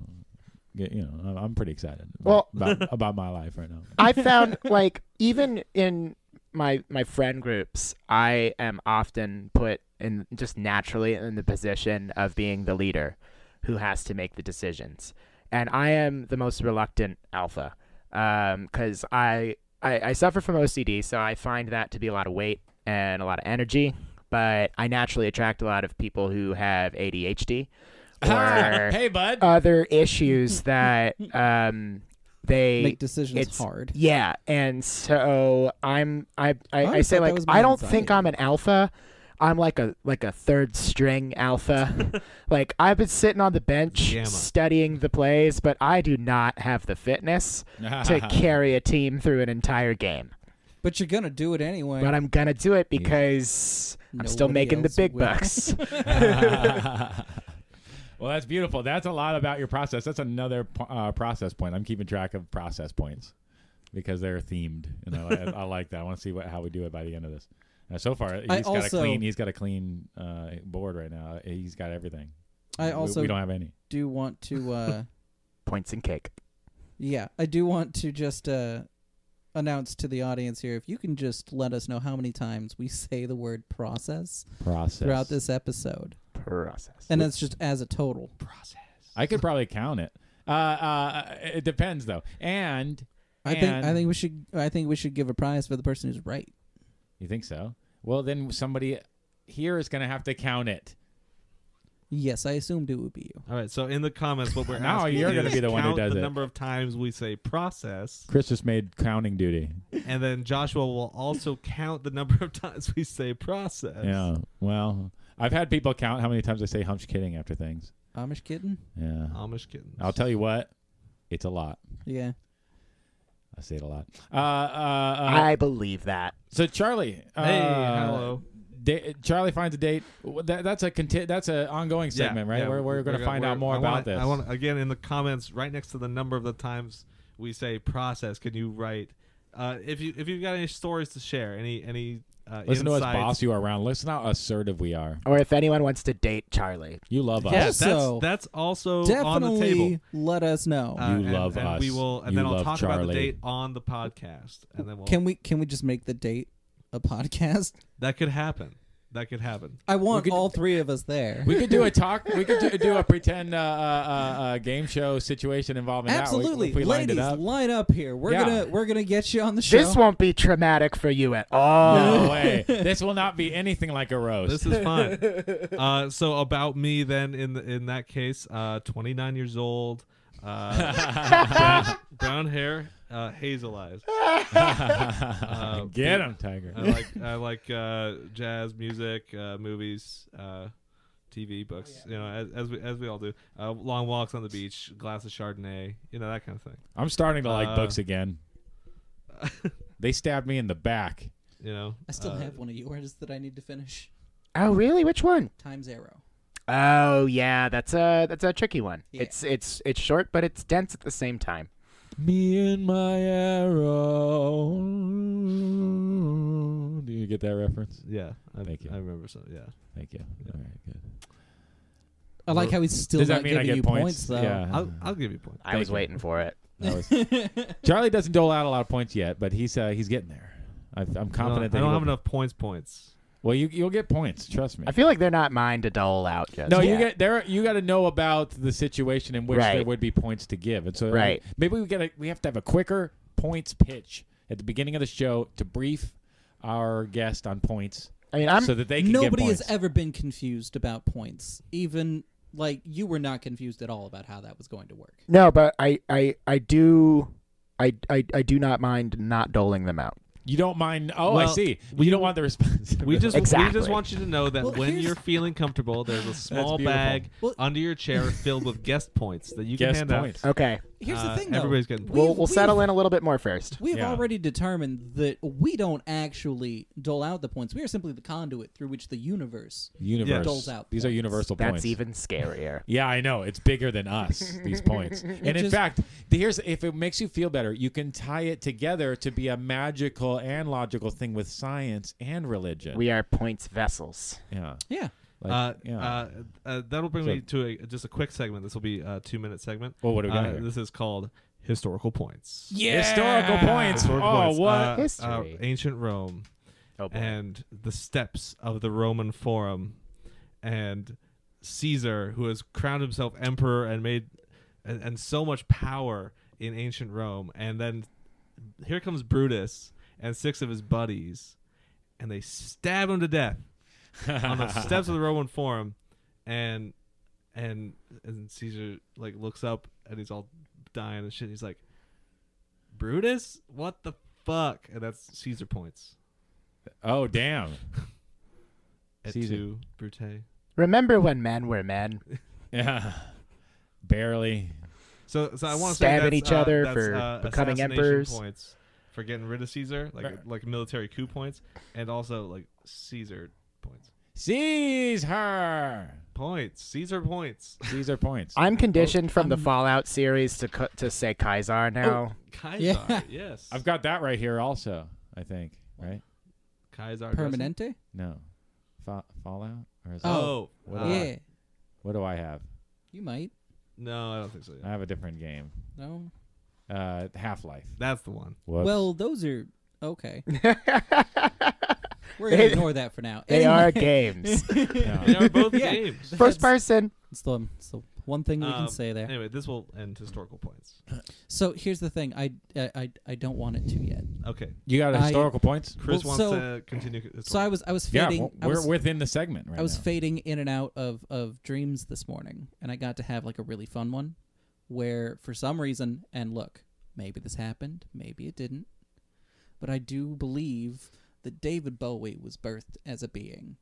S1: get, you know, I'm- I'm pretty excited.
S4: Well-
S1: about, about my life right now.
S4: I found like even in my my friend groups, I am often put in just naturally in the position of being the leader who has to make the decisions. And I am the most reluctant alpha because I, I I suffer from OCD, so I find that to be a lot of weight and a lot of energy. But I naturally attract a lot of people who have ADHD or
S1: hey, bud.
S4: other issues that um, they
S3: Make decisions
S4: it's-
S3: hard.
S4: yeah, and so I'm I I, I,
S3: always
S4: say
S3: thought that
S4: like
S3: was my
S4: I don't think
S3: anxiety.
S4: I'm an alpha. I'm like a like a third string alpha. like I've been sitting on the bench
S2: Gamma.
S4: studying the plays, but I do not have the fitness to carry a team through an entire game.
S3: But you're gonna do it anyway.
S4: But I'm gonna do it because I'm still
S3: Nobody
S4: making the
S3: else
S4: big
S3: will.
S4: bucks.
S1: well, that's beautiful. That's a lot about your process. That's another po- uh, process point. I'm keeping track of process points because they're themed, and I, li- I like that. I want to see what how we do it by the end of this. Uh, so far, he's got a
S3: also-
S1: clean. He's got a clean uh, board right now. He's got everything.
S3: I
S1: We-
S3: also
S1: we, don't have any.
S3: do want to uh
S4: Points and cake.
S3: yeah, I do want to just uh announce to the audience here if you can just let us know how many times we say the word process
S1: Process
S3: throughout this episode.
S4: Process.
S3: And that's just as a total.
S1: I could probably count it. Uh, uh, it depends though. And
S3: I think I
S1: And-
S3: think we should I think we should give a prize for the person who's right.
S1: you think so? Well, then somebody here is going to have to count it.
S3: Yes, I assumed it would be you.
S2: All right. So in the comments, what we're
S1: Now
S2: asking
S1: you're
S2: is
S1: gonna be the one who
S2: count
S1: does
S2: the
S1: it.
S2: number of times we say process,
S1: Chris just made counting duty.
S2: and then Joshua will also count the number of times we say process.
S1: Yeah. Well, I've had people count how many times they say "humsh kidding" after things.
S3: Amish kitten?
S1: Yeah.
S2: Amish kittens.
S1: I'll tell you what, it's a lot.
S3: Yeah.
S1: I say it a lot. Uh, uh, uh,
S4: I believe that.
S1: so Charlie. Uh,
S2: Hey, hello.
S1: da- Charlie finds a date. Wh- That, that's a conti- that's an ongoing
S2: Yeah,
S1: segment, right?
S2: yeah,
S1: we're we're, going to
S2: gonna-
S1: find
S2: we're-
S1: out more
S2: I
S1: about
S2: wanna-
S1: this.
S2: I want again in the comments, right next to the number of the times we say process. Can you write uh, if you if you've got any stories to share, any any uh,
S1: Listen to us
S2: insights-
S1: boss you around. Listen how assertive we are.
S4: Or if anyone wants to date Charlie.
S1: You love us.
S2: Yeah,
S3: Also,
S2: that's that's also on the
S3: Definitely
S2: table.
S3: let us know.
S2: Uh,
S1: You
S2: and,
S1: love
S2: and We
S1: us.
S2: will, and
S1: You
S2: then I'll
S1: love
S2: talk about the
S1: Charlie.
S2: date on the podcast, and then we'll.
S3: can we can we just make the date a podcast?
S2: that could happen. That could happen.
S3: I want
S1: could-
S3: all three of us there.
S1: We could do a talk. We could do, do a pretend uh, uh, uh, uh, game show situation involving
S3: Absolutely.
S1: that. We- If we lined
S3: Ladies,
S1: it up.
S3: line up here. We're
S1: Yeah.
S3: gonna we're gonna get you on the show.
S4: This won't be traumatic for you at all.
S1: No way. This will not be anything like a roast.
S2: This is fun. uh, so about me then in the, in that case, uh, 29 years old, uh, brown, brown hair, uh, hazel eyes.
S1: Get him, Tiger.
S2: I like I like uh, jazz music, uh, movies, uh, TV, books.
S3: Oh,
S2: You know, as, as we as we all do. Uh, long walks on the beach, glass of Chardonnay. You know that kind of thing.
S1: I'm starting to like
S2: Uh,
S1: books again. they stabbed me in the back.
S2: You know,
S3: I still
S2: uh,
S3: have one of yours that I need to finish.
S4: Oh, really? Which one?
S3: Times Arrow.
S4: Oh yeah, that's a that's a tricky one.
S3: Yeah.
S4: It's it's it's short, but it's dense at the same time.
S1: Me and my arrow. Do you get that reference?
S2: Yeah, I,
S1: Thank you.
S2: I remember so. Yeah,
S1: Thank you. All right, good.
S3: I like how he's still
S1: Does
S3: not
S1: that mean I
S3: giving
S1: get
S3: you
S1: points?
S3: though.
S1: Yeah.
S2: Uh, I'll, I'll give you a point.
S4: I was
S1: you.
S4: waiting for it.
S1: That was- Charlie doesn't dole out a lot of points yet, but he's uh, he's getting there. i I'm confident. that
S2: I don't, I
S1: he
S2: don't have
S1: will-
S2: enough points. Points.
S1: Well, you you'll get points. Trust me.
S5: I feel like they're not mine to dole out just
S1: No, you
S5: yet.
S1: get there. You got to know about the situation in which there
S5: Right.
S1: would be points to give, and so like,
S5: Right.
S1: maybe we get a, we have to have a quicker points pitch at the beginning of the show to brief our guest on points,
S5: I mean, I'm
S1: so that they can get
S3: Nobody has
S1: points.
S3: ever been confused about points. Even like you were not confused at all about how that was going to work.
S4: No, but
S5: but I, I, I do, I, I, I do not mind not doling them out.
S1: You don't mind. Oh, I
S2: Well,
S1: see. We don't want the response.
S2: We just we
S5: Exactly.
S2: just want you to know that
S3: Well,
S2: when
S3: here's-
S2: you're feeling comfortable, there's a small
S1: beautiful.
S2: bag
S3: Well-
S2: under your chair filled with guest points that you can
S1: guest
S2: hand
S1: points.
S2: out.
S5: Okay,
S3: Here's
S2: Uh,
S3: the thing, though.
S2: everybody's getting-
S3: We've-
S5: we'll we'll
S3: we've-
S5: settle in a little bit more first.
S3: We've
S1: Yeah.
S3: already determined that we don't actually dole out the points. We are simply the conduit through which the universe.
S1: Universe.
S3: Doles out
S1: These are
S3: points.
S1: universal
S5: That's
S1: points.
S5: even scarier.
S1: Yeah, I know. It's bigger than us, these points. And in
S3: is-
S1: fact, the- here's if it makes you feel better, you can tie it together to be a magical and logical thing with science and religion.
S5: we are points vessels.
S1: yeah.
S3: Yeah.
S1: Like,
S2: uh,
S1: yeah.
S2: uh, uh, that'll bring
S1: So-
S2: me to a, just a quick segment. This will be a two minute segment.
S1: Well, what do we got
S2: Uh,
S1: here?
S2: This is called historical points.
S1: Historical points.
S2: Historical
S1: oh,
S2: points.
S1: what?
S2: Uh,
S5: History.
S2: uh, ancient Rome
S5: Oh boy.
S2: and the steps of the Roman Forum and Caesar, who has crowned himself emperor and made and, and so much power in ancient Rome. And then here comes Brutus and six of his buddies, and they stab him to death on the steps of the Roman Forum, and and and Caesar like looks up and he's all dying and shit. He's like, Brutus, what the fuck? And that's Caesar points.
S1: oh, damn.
S2: Et
S1: Caesar.
S2: tu, Brute.
S5: Remember when men were men?
S1: Yeah. Barely.
S2: So so I want to say
S5: Stabbing
S2: that's,
S5: each
S2: uh,
S5: other
S2: that's,
S5: for
S2: uh,
S5: becoming
S2: assassination
S5: emperors.
S2: points for getting rid of Caesar, like
S1: Right.
S2: like military coup points, and also like Caesar points.
S1: Seize her.
S2: Points, Caesar points.
S1: These are points.
S5: I'm conditioned from the Fallout series to cu- to say Kaiser now.
S2: Kaiser,
S3: Yeah.
S2: yes.
S1: I've got that right here also, I think. Right?
S2: Kaiser doesn't-
S3: Permanente.
S1: No. Fa- Fallout? Or is that,
S2: Oh,
S1: What
S2: uh,
S3: yeah.
S1: what do I have?
S3: You might.
S2: No, I don't think so.
S1: I have a different game.
S3: No.
S1: Uh, Half Life.
S2: That's the one.
S3: Well, those are okay. We're gonna
S5: They-
S3: ignore that for now.
S5: They
S3: Anyway,
S5: are games.
S2: They are both games.
S5: First
S3: that's-
S5: person.
S3: It's the, it's the one thing we
S2: Um,
S3: can say there.
S2: Anyway, this will end historical points.
S3: So here's the thing. I I I, I don't want it to yet.
S2: Okay,
S1: you got
S3: I-
S1: historical points?
S2: Chris
S3: Well,
S2: wants
S3: so-
S2: to continue. this
S3: So
S2: one.
S3: I was I was
S1: Yeah,
S3: fading.
S1: well,
S3: I
S1: we're
S3: was,
S1: within the segment right
S3: I was
S1: now.
S3: fading in and out of of dreams this morning, and I got to have like a really fun one, where for some reason, and look, maybe this happened, maybe it didn't, but I do believe that David Bowie was birthed as a being,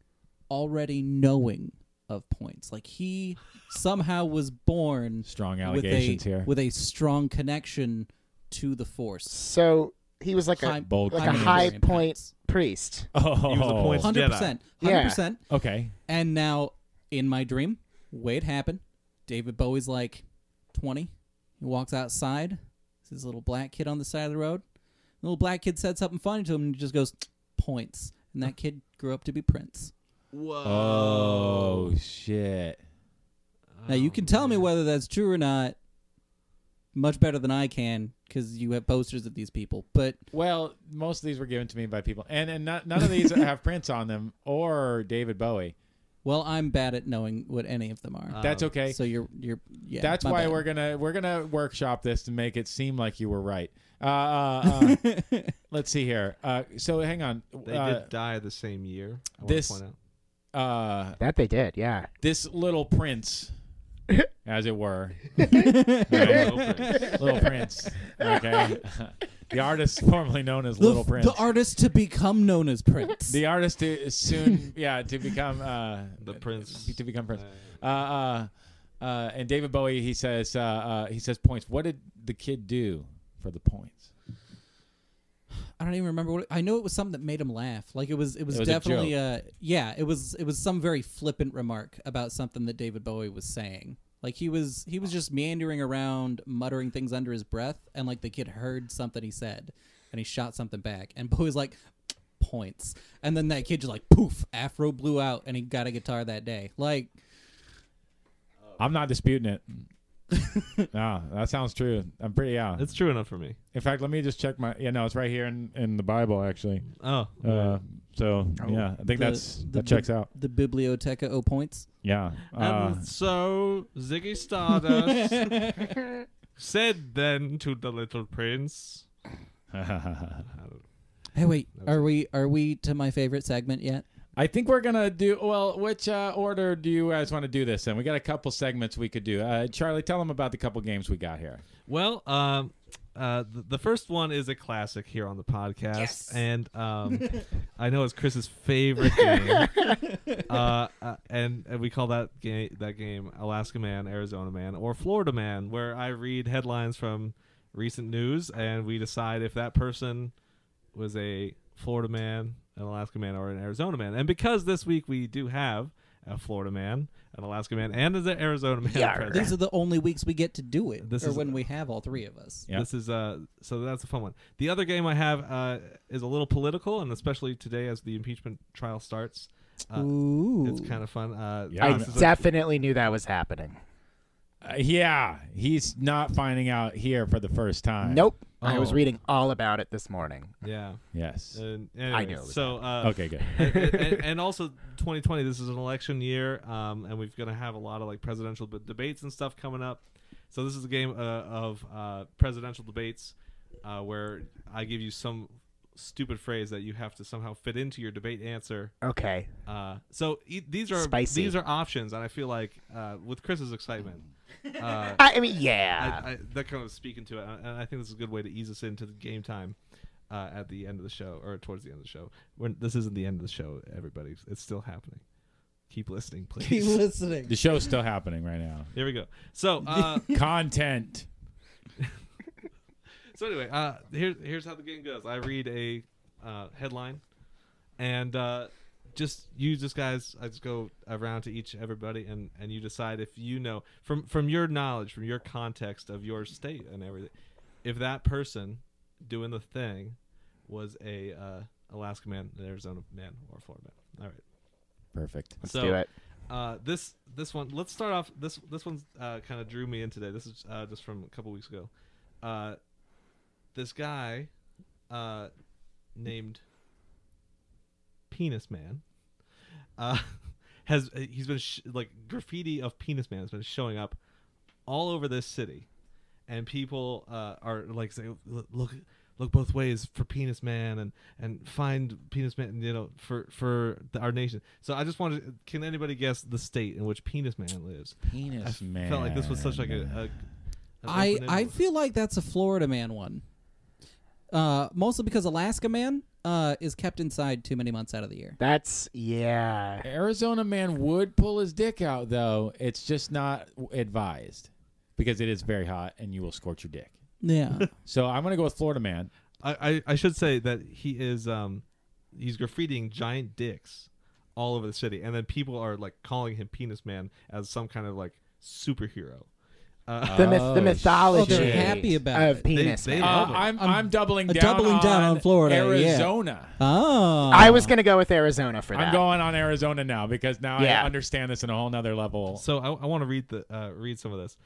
S3: already knowing of points. Like he somehow was born
S1: Strong
S3: with a
S1: allegations here.
S3: with a strong connection to the force.
S5: So he was like
S3: High-
S5: a
S1: Bold
S5: like a
S1: claims.
S3: High
S5: high
S3: membrane
S5: point
S3: packs.
S5: priest.
S1: Oh,
S2: He was a points-
S3: Hundred percent, hundred percent.
S1: Okay.
S3: And now, in my dream, way it happened. David Bowie's like 20. He walks outside. Sees this little black kid on the side of the road. The little black kid said something funny to him and he just goes, points. And that kid grew up to be Prince.
S2: Whoa.
S1: Oh, shit.
S3: Now, you can tell me
S2: Oh,
S3: whether that's true or not much better than I can because you have posters of these people. But
S1: Well, most of these were given to me by people, and and not, none of these have prints on them or David Bowie.
S3: well, I'm bad at knowing what any of them are.
S1: That's
S2: Um,
S1: Uh, okay.
S3: Oh, so you're you're yeah.
S1: That's
S3: my
S1: why
S3: bad.
S1: we're gonna we're gonna workshop this to make it seem like you were right. Uh, uh, uh, let's see here. Uh, so hang on.
S2: They
S1: Uh,
S2: did die the same year. I wanna
S1: this-
S2: point out.
S1: uh,
S5: That they did, yeah.
S1: this little prince, as it were,
S2: Right.
S1: little prince. Okay, the artist formerly known as
S3: the,
S1: Little Prince.
S3: the artist to become known as Prince.
S1: The artist to soon, yeah, to become uh,
S2: The prince.
S1: to become prince. Uh, uh, uh, and David Bowie, he says, uh, uh, he says points. What did the kid do for the points?
S3: I don't even remember what I know it was something that made him laugh. Like it was it was,
S1: It was a
S3: definitely uh yeah, it was it was some very flippant remark about something that David Bowie was saying. Like he was he was just meandering around muttering things under his breath and like the kid heard something he said and he shot something back and Bowie's like points. And then that kid just like poof, afro blew out and he got a guitar that day. Like
S1: I'm not disputing it. No, that sounds true. I'm pretty out.
S2: It's true enough for me.
S1: In fact, let me just check my. Yeah, no, it's right here in, in the Bible actually.
S2: Oh,
S1: Uh, so
S5: Oh.
S1: yeah, I think
S3: The-
S1: that's
S3: the
S1: that checks out.
S3: The Biblioteca O points.
S1: Yeah. Uh,
S2: and so Ziggy Stardust said then to the little prince,
S3: Hey, wait. Are we are we to my favorite segment yet?
S1: I think we're gonna do well. Which uh, order do you guys want to do this? in? we got a couple segments we could do. Uh, Charlie, tell them about the couple games we got here.
S2: "Well, um, uh, the, the first one is a classic here on the podcast,
S4: Yes.
S2: and um, I know it's Chris's favorite game, uh, uh, and, and we call that game that game Alaska Man, Arizona Man, or Florida Man, where I read headlines from recent news, and we decide if that person was a Florida man, an Alaska man, or an Arizona man. And because this week we do have a Florida man, an Alaska man, and an Arizona man
S4: Yarr.
S2: present.
S3: These are the only weeks we get to do it,
S2: This
S3: or
S2: is-
S3: when we have all three of us.
S1: Yeah.
S2: This is uh so that's a fun one. The other game I have uh is a little political and especially today as the impeachment trial starts. Uh,
S3: Ooh,
S2: It's kind of fun. Uh
S1: Yeah,
S2: this
S1: I'm-
S2: is a-
S5: Definitely knew that was happening.
S1: Uh, yeah, he's not finding out here for the first time.
S5: Nope. I was
S2: Oh.
S5: reading all about it this morning.
S2: yeah.
S1: Yes.
S2: And
S5: I
S2: anyway,
S5: know that.
S2: So uh
S1: okay. Good.
S2: and, and- and also 2020 this is an election year um, and we're going to have a lot of like presidential b- debates and stuff coming up so this is a game uh, of uh, presidential debates uh, where i give you some stupid phrase that you have to somehow fit into your debate answer
S5: Okay.
S2: uh, so e- these are
S5: Spicy.
S2: these are options and i feel like uh, with chris's excitement uh,
S5: I, I mean,
S4: Ah.
S5: yeah.
S2: I, I, that kind of speaking to it, and and I think this is a good way to ease us into the game time uh, at the end of the show or towards the end of the show. When this isn't the end of the show, everybody, it's still happening. Keep listening,
S3: keep
S2: please.
S3: listening.
S1: the show's still happening right now.
S2: Here we go. So, uh,
S1: Content.
S2: so anyway, uh, here's here's how the game goes. I read a uh, headline, and uh, just you just guys, I just go around to each everybody, and and you decide if you know from from your knowledge, from your context of your state and everything, if that person doing the thing was a uh, Alaska man, an Arizona man, or a Florida man. All right.
S1: Perfect.
S5: Let's
S2: so-
S5: do it.
S2: Uh, this this one. Let's start off. This this one's uh, kind of drew me in today. This is uh, just from a couple weeks ago. Uh, this guy uh, named Penis Man uh, has he's been sh- like graffiti of Penis Man has been showing up all over this city, and people uh, are like saying, "Look- look. Look both ways for Penis Man and and find Penis Man, you know, for for the, our nation. So I just wanted, can anybody guess the state in which Penis Man lives? I
S1: Penis man.
S2: felt like this was such like a, a an
S3: I
S2: open-ended
S3: I
S2: one.
S3: feel like that's a Florida man one, uh, mostly because Alaska man uh, is kept inside too many months out of the year.
S5: That's yeah.
S1: Arizona man would pull his dick out though. It's just not w- advised because it is very hot and you will scorch your dick.
S3: Yeah,
S1: So I'm gonna go with Florida man.
S2: I, I I should say that he is um he's graffitiing giant dicks all over the city, and then people are like calling him Penis Man as some kind of like superhero. Uh,
S5: The, myth, the
S1: Oh, shit.
S3: oh,
S5: mythology.
S3: they're happy about
S5: of
S3: it.
S5: penis. man.
S2: they love
S1: Uh, I'm, I'm
S3: I'm-
S1: doubling
S3: uh,
S1: down.
S3: doubling down on Florida, yeah.
S1: Arizona.
S3: Oh,
S5: I was gonna go with Arizona for that.
S1: I'm going on Arizona now because now I
S5: Yeah.
S1: understand this in a whole nother level.
S2: so I, I want to read the uh, read some of this.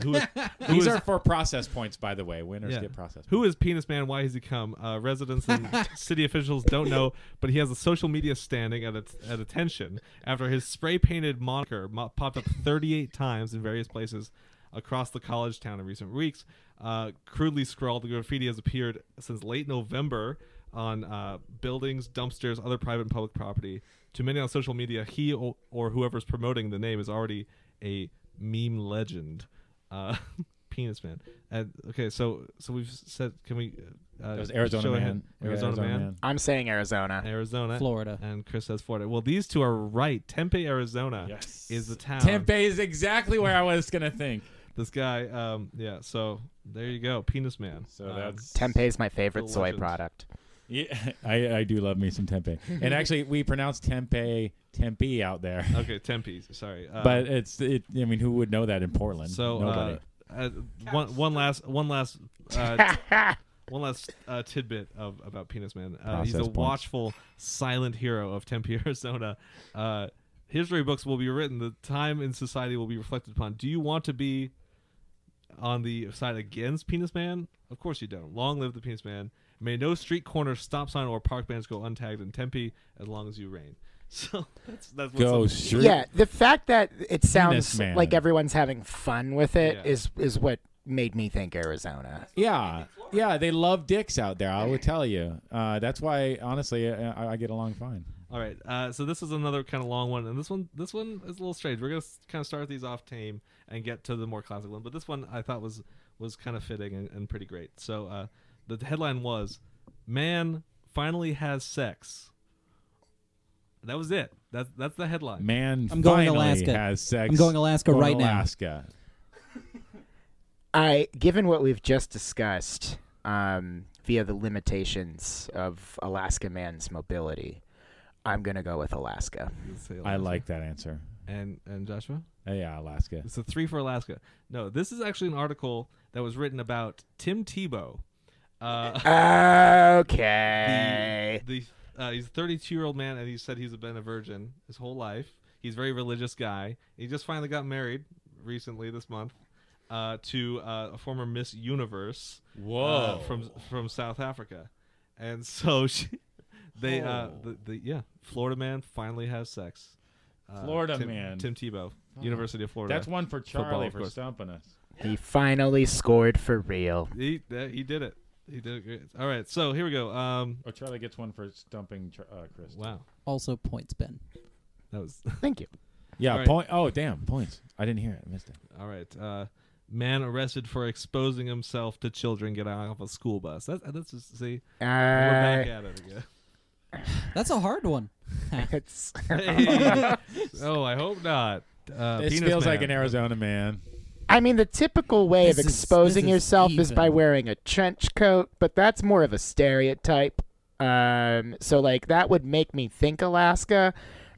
S2: who is, who
S1: These
S2: is-
S1: are for process points, by the way. Winners
S2: Yeah.
S1: get process.
S2: Who is Penis Man? Why has he come? Uh, residents and city officials don't know, but he has a social media standing at, at, at attention after his spray painted moniker mo- popped up 38 times in various places across the college town in recent weeks. Uh, crudely scrawled graffiti has appeared since late November on uh, buildings, dumpsters, other private and public property. To many on social media, he or, or whoever's promoting the name is already a meme legend. Uh, penis man. And, okay, so so we've said, can we? Uh,
S1: That was Arizona
S2: show a
S1: man.
S2: hand?
S1: Yeah,
S2: Arizona, man.
S5: I'm saying Arizona.
S2: Arizona,
S3: Florida.
S2: and Chris says Florida. Well, these two are right. Tempe, Arizona,
S1: Yes.
S2: is the town.
S1: Tempe is exactly where I was gonna think.
S2: This guy, um, yeah. So there you go, penis man.
S1: So
S2: Um,
S1: that's
S5: Tempe is my favorite
S2: The
S5: soy
S2: legend.
S5: product.
S1: Yeah, I, I do love me some tempe. And actually, we pronounce tempe tempe out there,
S2: Um, okay. Tempe, sorry. Uh,
S1: but it's it. I mean, who would know that in Portland?
S2: so
S1: nobody.
S2: uh, uh, one one last one last uh, one last uh, tidbit of about Penis Man. Uh, he's
S1: Process
S2: a
S1: points.
S2: watchful, silent hero of Tempe, Arizona. Uh, history books will be written. The time in society will be reflected upon. Do you want to be on the side against Penis Man? Of course you don't. Long live the Penis Man. May no street corner, stop sign, or park bans go untagged in Tempe as long as you reign. So that's that's what's
S1: Go
S2: up.
S1: street.
S4: Yeah, the fact that it sounds
S1: man.
S4: like everyone's having fun with it
S2: Yeah.
S4: is is what made me think Arizona.
S1: Yeah, yeah, they love dicks out there. I would tell you. Uh, that's why, honestly, I, I get along fine.
S2: All right. Uh, so this is another kind of long one, and this one this one is a little strange. We're gonna kind of start these off tame and get to the more classic one, but this one I thought was was kind of fitting and, and pretty great. So uh, the headline was, "Man finally has sex." That was it. That that's the headline.
S1: Man,
S3: I'm going
S1: finally
S3: Alaska.
S1: Has sex.
S3: I'm going Alaska
S1: Going
S3: right now.
S1: Alaska.
S4: I given what we've just discussed um, via the limitations of Alaska man's mobility, I'm gonna go with Alaska.
S1: I like that answer.
S2: and and Joshua.
S1: Uh, yeah, Alaska.
S2: It's a three for Alaska. No, this is actually an article that was written about Tim Tebow. Uh,
S4: Okay.
S2: the uh, he's a 32 year old man and he said he's been a virgin his whole life he's a very religious guy he just finally got married recently this month uh, to uh, a former miss universe
S1: Whoa.
S2: uh, from from south africa and so she, they uh
S1: Oh.
S2: the, the yeah florida man finally has sex uh,
S1: Florida
S2: Tim-
S1: man.
S2: tim tebow university of florida
S1: That's one for Charlie
S2: of
S1: for
S2: course.
S1: stumping us.
S4: He finally scored for real.
S2: he, that- he did it he did it great. all right so here we go um
S1: Or Charlie gets one for stumping Char- uh, Chris.
S2: wow
S3: Also points, Ben.
S2: that was
S4: Thank you.
S1: Yeah,
S2: All right.
S1: point. Oh, damn, points. I didn't hear it. I missed it.
S2: All right. Uh, man arrested for exposing himself to children getting off a school bus. That's, uh, that's just, see, we're back
S4: Uh,
S2: at it again.
S3: That's a hard one.
S4: it's
S2: Hey. oh, I hope not. Uh,
S1: this
S2: penis
S1: feels
S2: man.
S1: like an Arizona man.
S4: I mean, the typical way
S3: This
S4: of
S3: is-
S4: exposing
S3: this is
S4: yourself is by
S3: even.
S4: wearing a trench coat, but that's more of a stereotype. Um, so like that would make me think Alaska,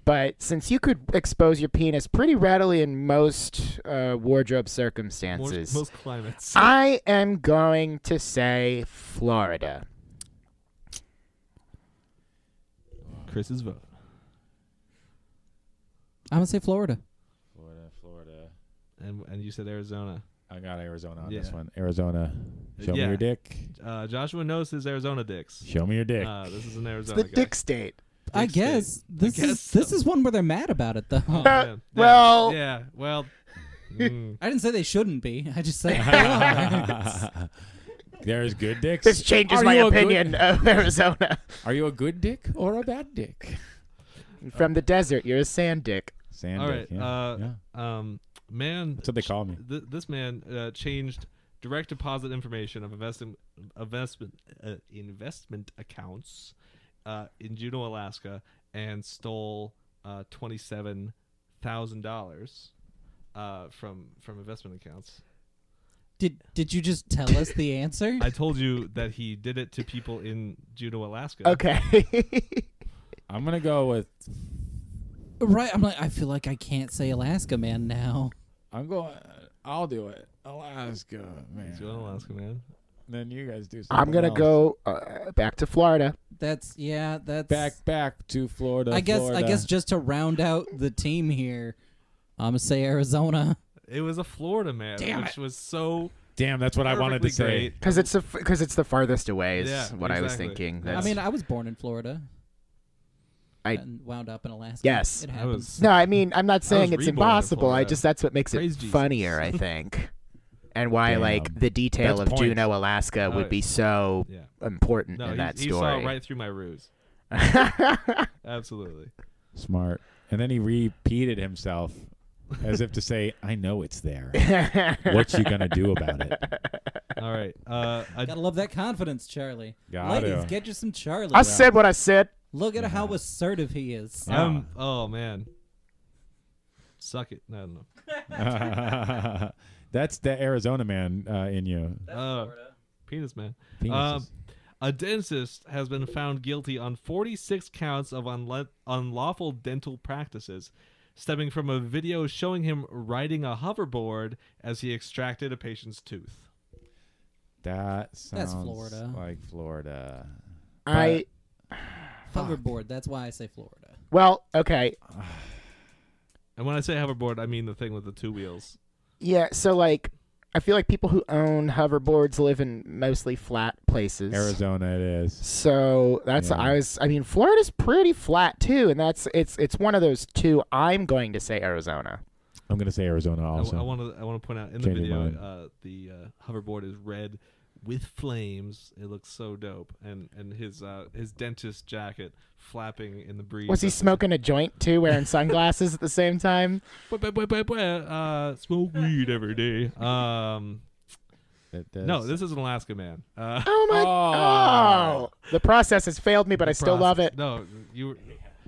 S4: but since you could expose your penis pretty readily in most uh, wardrobe
S2: More-
S4: circumstances,
S2: most climates.
S1: Ah.
S4: I am going to say Florida.
S2: Chris's vote.
S3: I'm gonna say Florida.
S1: Florida, Florida.
S2: And, and you said Arizona.
S1: I got Arizona on this
S2: Yeah.
S1: one. Arizona, show
S2: Yeah.
S1: me your dick.
S2: Uh, Joshua knows his Arizona dicks.
S1: Show me your dick.
S2: Uh, this is an
S4: It's
S2: Arizona
S4: the
S2: guy.
S4: dick state.
S3: I
S2: Dick state.
S3: guess this
S2: guess
S3: is
S2: so.
S3: this is one where they're mad about it though.
S1: uh,
S2: Oh, man. Yeah.
S4: well-
S2: Yeah. Well. mm.
S3: I didn't say they shouldn't be. I just said they are.
S2: Uh,
S1: There's good dicks.
S4: This changes
S1: Are
S4: my
S1: you a good-
S4: opinion of Arizona.
S1: Are you a good dick or a bad dick?
S4: From the desert, you're a sand dick.
S1: Sand
S2: All
S1: dick.
S2: right.
S1: yeah.
S2: Uh,
S1: yeah.
S2: Um, man.
S1: That's what they call me.
S2: Th- this man uh, changed direct deposit information of investment investment uh, investment accounts uh, in Juneau, Alaska, and stole uh, twenty seven thousand dollars uh, from from investment accounts.
S3: did did you just tell us the answer?
S2: I told you that he did it to people in Juneau, Alaska.
S4: Okay.
S1: I'm gonna go with.
S3: right. I'm like I feel like I can't say Alaska man now.
S1: I'm going. I'll do it. Alaska, man.
S2: Juneau, Alaska, man.
S1: Then you guys do.
S4: I'm
S1: something
S4: gonna
S1: else.
S4: go uh, back to Florida.
S3: That's yeah, that's
S1: back back to Florida.
S3: I guess I
S1: Florida.
S3: guess just to round out the team here, I'm gonna say Arizona.
S2: It was a Florida man,
S3: Damn
S2: which was so.
S1: Damn, that's what I wanted to
S2: perfectly
S1: say.
S2: great.
S4: Because it's because it's the farthest away is
S2: Yeah,
S4: what I was
S2: exactly.
S4: thinking.
S2: Yeah.
S4: That's,
S3: I mean, I was born in Florida.
S4: I-
S3: and wound up in Alaska.
S4: Yes.
S3: it
S2: I
S3: happens.
S2: was
S4: no, I mean, I'm not saying
S2: reborn
S4: it's
S2: in
S4: impossible. I
S2: Florida.
S4: just that's what makes it
S2: Praise Jesus.
S4: funnier, I think, and why
S1: Damn.
S4: like the detail
S1: That's
S4: of
S1: points.
S4: Juneau, Alaska,
S2: Oh,
S4: would be so
S2: yeah.
S4: important
S2: No,
S4: in
S2: he,
S4: that
S2: he saw
S4: story.
S2: right through my ruse. Absolutely.
S1: Smart. And then he repeated himself as if to say, "I know it's there. What you gonna do about it?"
S2: All right. Uh, a
S3: Gotta love that confidence, Charlie.
S1: Gotta.
S3: Ladies, get you some Charlie.
S4: I said what I said.
S3: Look at how assertive he is.
S1: Yeah.
S2: Um. Oh man. Suck it. No, no.
S1: That's the Arizona man uh, in you.
S2: no. Uh, penis man.
S1: Penises.
S2: Um, a dentist has been found guilty on 46 counts of unle- unlawful dental practices, stemming from a video showing him riding a hoverboard as he extracted a patient's tooth.
S1: that sounds
S3: Florida.
S1: like Florida.
S4: I
S3: Hoverboard. That's why I say Florida.
S4: well, okay,
S2: And when I say hoverboard, I mean the thing with the two wheels.
S4: yeah. So like, I feel like people who own hoverboards live in mostly flat places.
S1: Arizona, it is.
S4: So that's
S1: Yeah.
S4: I was I mean Florida's pretty flat too, and that's it's it's one of those two. I'm going to say Arizona.
S1: I'm gonna say Arizona
S2: I
S1: also.
S2: want to I want to point out in the
S1: Change your
S2: video
S1: mind.
S2: uh, the uh, hoverboard is red with flames. It looks so dope, and and his uh, his dentist jacket flapping in the breeze.
S4: Was he
S2: That's-
S4: smoking a joint too, wearing sunglasses at the same time?
S2: Bwah, bwah, bwah, bwah, bwah, uh, smoke weed every day. Um,
S1: It
S2: no,
S1: does.
S2: this is an Alaska man. Uh,
S4: Oh my!
S1: Oh.
S4: Oh, the process has failed me, but I still love it.
S2: No, you were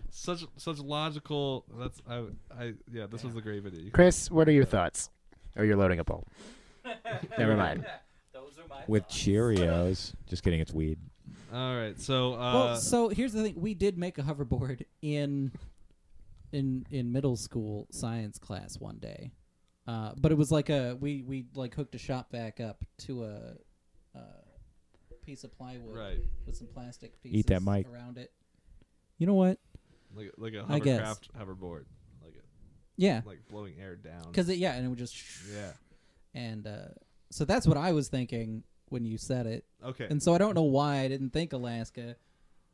S2: such such logical. That's I I yeah. This was a great video. You-
S4: Chris, what are your thoughts? Oh, you're loading a bowl. Never mind.
S3: Those are my
S1: with Cheerios. Just kidding, it's weed.
S2: All right, so uh,
S3: Well, so here's the thing: we did make a hoverboard in in in middle school science class one day, uh, but it was like a we we like hooked a shop back up to a, a piece of plywood
S2: right,
S3: with some plastic pieces
S1: Eat that mic.
S3: around it. You know what?
S2: like like a
S3: I guess.
S2: hovercraft hoverboard, like a,
S3: Yeah,
S2: like blowing air down.
S3: because it yeah, and it would just
S2: Yeah.
S3: and uh, so that's what I was thinking when you said it,
S2: Okay.
S3: and so I don't know why I didn't think Alaska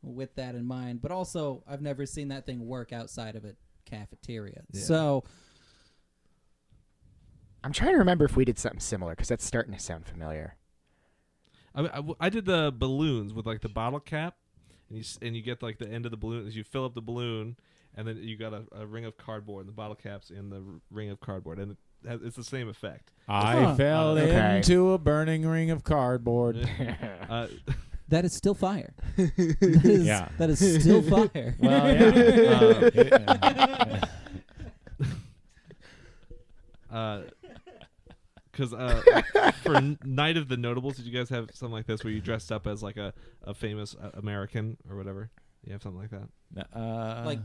S3: with that in mind, but also I've never seen that thing work outside of a cafeteria.
S2: Yeah.
S3: So
S4: I'm trying to remember if we did something similar because that's starting to sound familiar.
S2: I, I w- I did the balloons with like the bottle cap, and you s- and you get like the end of the balloon. You fill up the balloon, and then you got a, a ring of cardboard, and the bottle caps in the r- ring of cardboard, and it has, it's the same effect.
S1: I
S3: Huh.
S1: fell
S4: Okay.
S1: into a burning ring of cardboard.
S2: Uh,
S3: that is still fire. that is,
S1: Yeah.
S3: that is still fire.
S1: well, yeah.
S3: Uh,
S2: because uh, for N- Night of the Notables, did you guys have something like this where you dressed up as like a, a famous uh, American or whatever? You have something like that?
S1: Uh,
S3: Like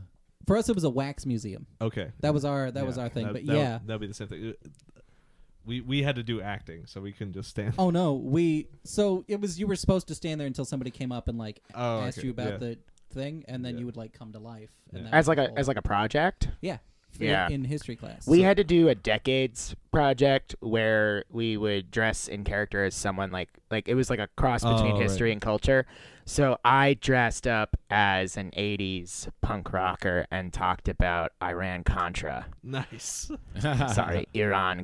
S3: for us, it was a wax museum.
S2: Okay,
S3: That was our that was
S2: Yeah,
S3: our thing.
S2: that-
S3: but
S2: that would-
S3: yeah.
S2: that'd be the same thing. Uh, We we had to do acting, so we couldn't just stand.
S3: Oh no, we so it was you were supposed to stand there until somebody came up and like
S2: Oh,
S3: asked
S2: okay,
S3: you about
S2: yeah.
S3: the thing, and then
S2: Yeah.
S3: you would like come to life. And
S2: Yeah.
S3: that
S4: As
S3: was
S4: like a
S3: cool.
S4: as like a project.
S3: yeah. for-
S4: Yeah.
S3: in history class.
S4: We had to do a decades project where we would dress in character as someone like like it was like a cross between
S2: Oh, right.
S4: history and culture. So I dressed up as an 80s punk rocker and talked about Iran Contra.
S2: Nice.
S4: Sorry, Iran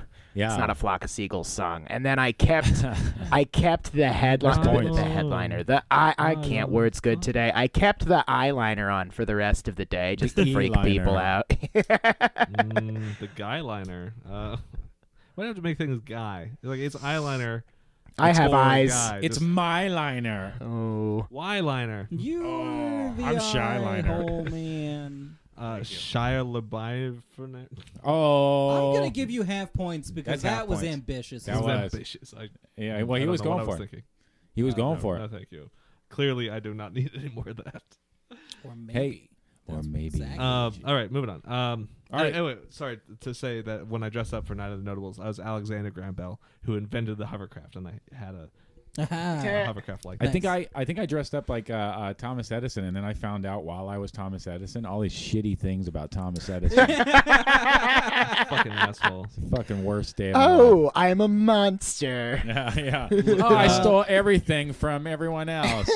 S1: yeah.
S4: It's not a flock of seagulls song. And then I kept I kept the headline
S1: Nice points.
S4: the headliner. The I I
S2: Oh.
S4: can't words good today. I kept the eyeliner on for the rest of the day just
S1: The
S4: to freak
S1: E-liner.
S4: people out.
S2: Mm, the guy liner. Uh, why do you have to make things guy? Like it's eyeliner.
S4: I
S2: it's
S4: have
S2: all
S4: eyes.
S2: guy,
S1: it's
S2: just
S1: my liner.
S4: Oh.
S2: Y liner.
S3: You are
S2: Oh,
S3: the
S1: I'm shy
S3: eye
S1: liner.
S3: hole man.
S2: Uh, Shia LaBeouf. for na-
S1: Oh,
S3: I'm gonna give you half points
S1: That's
S3: because that
S1: half
S3: was
S1: points.
S3: ambitious.
S1: That
S3: as
S2: It's
S1: was-
S3: well.
S2: ambitious. I,
S1: Yeah, well, he
S2: I
S1: was
S2: don't know what
S1: going
S2: I
S1: for it.
S2: thinking.
S1: He was
S2: Uh,
S1: going
S2: no,
S1: for
S2: No,
S1: it.
S2: thank you. Clearly, I do not need any more of that.
S3: Or maybe.
S1: Hey, or
S3: That's
S1: maybe. Uh,
S3: exactly
S2: Um, all right, moving on. Um,
S1: All right.
S2: Anyway, sorry to say that when I dressed up for Night of the Notables, I was Alexander Graham Bell, who invented the hovercraft, and I had a,
S3: Aha.
S2: a hovercraft like
S1: I
S2: that.
S1: think I,
S3: Nice.
S1: I think I dressed up like uh, uh, Thomas Edison, and then I found out while I was Thomas Edison all these shitty things about Thomas Edison. It's
S2: fucking asshole.
S1: the fucking worst day of my life.
S4: Oh, I'm a monster.
S1: yeah, yeah. Oh, I stole everything from everyone else.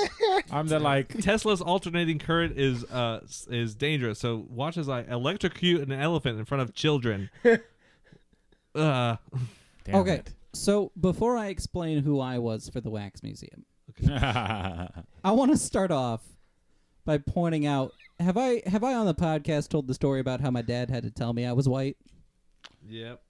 S1: I'm the like
S2: Tesla's alternating current is uh s- is dangerous. So watch as I electrocute an elephant in front of children. uh,
S1: damn
S3: Okay.
S1: it.
S3: So before I explain who I was for the Wax Museum,
S1: yeah,
S3: I want to start off by pointing out have I have I on the podcast told the story about how my dad had to tell me I was white?
S2: yep.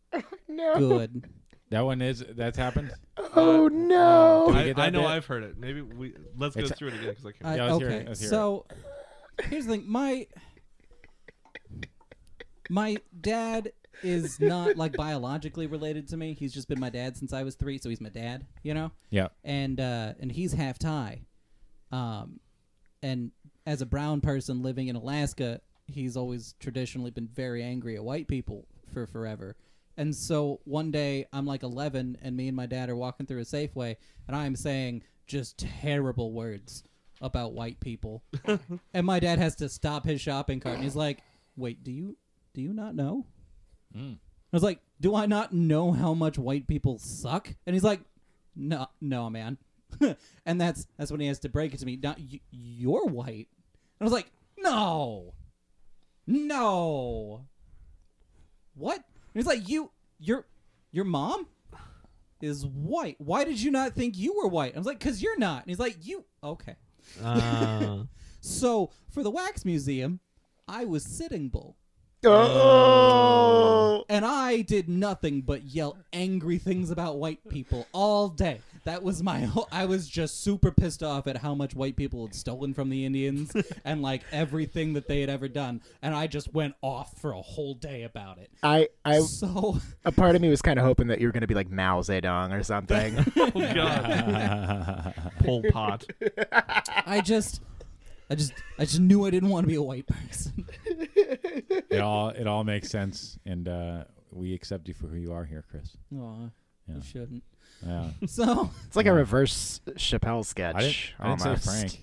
S3: Good.
S1: that one is that's happened.
S4: Oh no.
S1: we
S2: I,
S1: get that
S2: I know
S1: bit?
S2: I've heard it. Maybe we let's go
S1: It's-
S2: through it again because I can't.
S3: I-
S1: Yeah, let's
S3: Uh, okay.
S1: hear it, let's hear
S3: so here's the thing. My my dad is not like biologically related to me. He's just been my dad since I was three, so he's my dad. You know.
S1: Yeah.
S3: and uh, and he's half Thai, um, and as a brown person living in Alaska, he's always traditionally been very angry at white people for forever. And so one day I'm like 11, and me and my dad are walking through a Safeway, and I am saying just terrible words about white people, and my dad has to stop his shopping cart, and he's like, "Wait, do you do you not know?" I was like, "Do I not know how much white people suck?" And he's like, "No, no, man." and that's that's when he has to break it to me. Not y- you're white. And I was like, "No, no, what?" And he's like, "You, your, your mom is white. Why did you not think you were white?" I was like, "Cause you're not." And he's like, "You okay?"
S2: Uh,
S3: So for the wax museum, I was sitting bull.
S4: Oh.
S3: And I did nothing but yell angry things about white people all day. That was my whole. I was just super pissed off at how much white people had stolen from the Indians and like everything that they had ever done. And I just went off for a whole day about it.
S5: I, I,
S3: So
S5: a part of me was kind of hoping that you were going to be like Mao Zedong or something.
S2: oh god, Pol Pot.
S3: I just, I just, I just knew I didn't want to be a white person.
S1: it all it all makes sense, and uh, we accept you for who you are here, Chris.
S3: Aw,
S1: Yeah.
S3: you shouldn't.
S1: Yeah.
S3: So
S5: it's like a reverse Chappelle sketch.
S1: I didn't, I didn't say
S5: almost.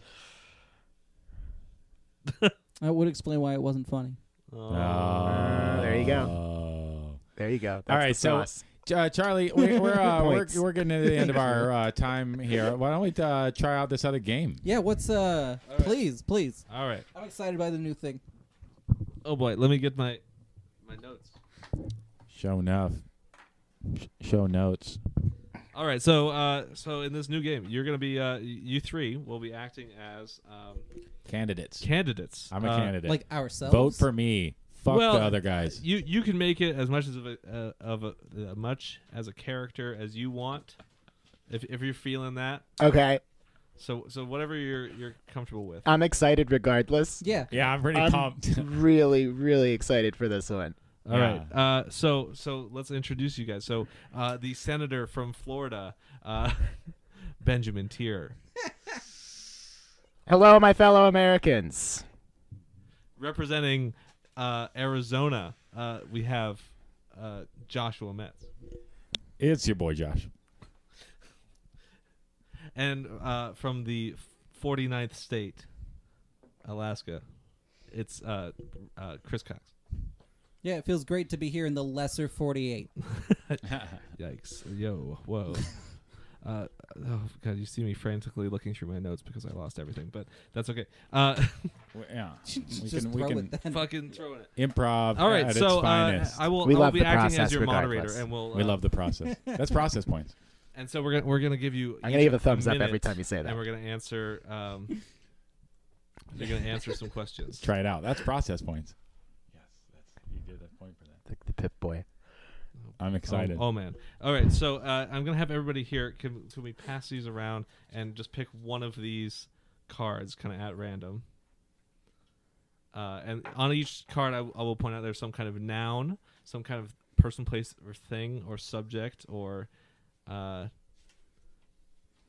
S1: Frank.
S3: I would explain why it wasn't funny.
S1: Oh.
S5: there you
S1: go.
S5: There you go. That's
S1: All right,
S5: the
S1: so-
S5: sauce.
S1: Uh, Charlie, we, we're, uh, we're
S5: Points.
S1: we're getting to the end of our uh, time here. Why don't we uh, try out this other game?
S3: Yeah, what's uh? Please, please.
S2: All right.
S3: I'm excited by the new thing.
S2: Oh boy, let me get my my notes.
S1: Show enough. Show notes.
S2: All right, so uh, so in this new game, you're gonna be uh, you three will be acting as um,
S1: Candidates.
S2: candidates.
S1: I'm a
S2: Uh,
S1: candidate.
S3: Like ourselves.
S1: Vote for me. Fuck
S2: Well,
S1: the other guys.
S2: You you can make it as much as of a, uh, of a uh, much as a character as you want, if if you're feeling that.
S5: Okay,
S2: So so whatever you're you're comfortable
S4: Uh,
S2: with.
S5: I'm excited regardless.
S3: Yeah.
S1: Yeah, I'm pretty
S5: I'm
S1: pumped.
S5: really, really excited for this one.
S2: All right.
S1: Yeah.
S2: Uh, so so let's introduce you guys. So uh, the senator from Florida, uh, Benjamin Tier,
S5: Hello, my fellow Americans.
S2: representing uh, Arizona. Uh, we have uh, Joshua Metz,
S1: it's your boy Josh.
S2: and uh, from the 49th state, Alaska, it's uh, uh, Chris Cox.
S3: Yeah, it feels great to be here in the lesser 48.
S2: Yikes! Yo, whoa. Uh, oh god! You see me frantically looking through my notes because I lost everything, but that's okay. Uh,
S1: We- Yeah, we
S3: Just
S1: can we
S3: throw
S1: can
S3: it then.
S2: fucking throwing it.
S1: improv.
S2: All right,
S1: at
S2: so
S1: its
S2: uh,
S1: finest.
S2: I will,
S5: We
S2: I will
S5: love
S2: be
S5: the
S2: acting as
S5: process
S2: your moderator,
S5: regardless.
S2: and we'll.
S1: we
S2: uh,
S1: love the process. That's process points.
S2: And so we're gonna we're gonna give you.
S5: I'm
S2: each
S5: gonna give a thumbs up every
S2: minute,
S5: time you say
S2: and we're
S5: that.
S2: gonna answer. Um, you're gonna answer some questions.
S1: Try it out. That's process points. Yes, that's, you did a point for that.
S5: The, the Pip Boy.
S1: I'm
S2: Oh,
S1: excited.
S2: oh man! All right, so uh, I'm gonna have everybody here. Can, can we pass these around and just pick one of these cards, kind of at random? Uh, and on each card, I, I will point out there's some kind of noun, some kind of person, place, or thing, or subject, or, uh,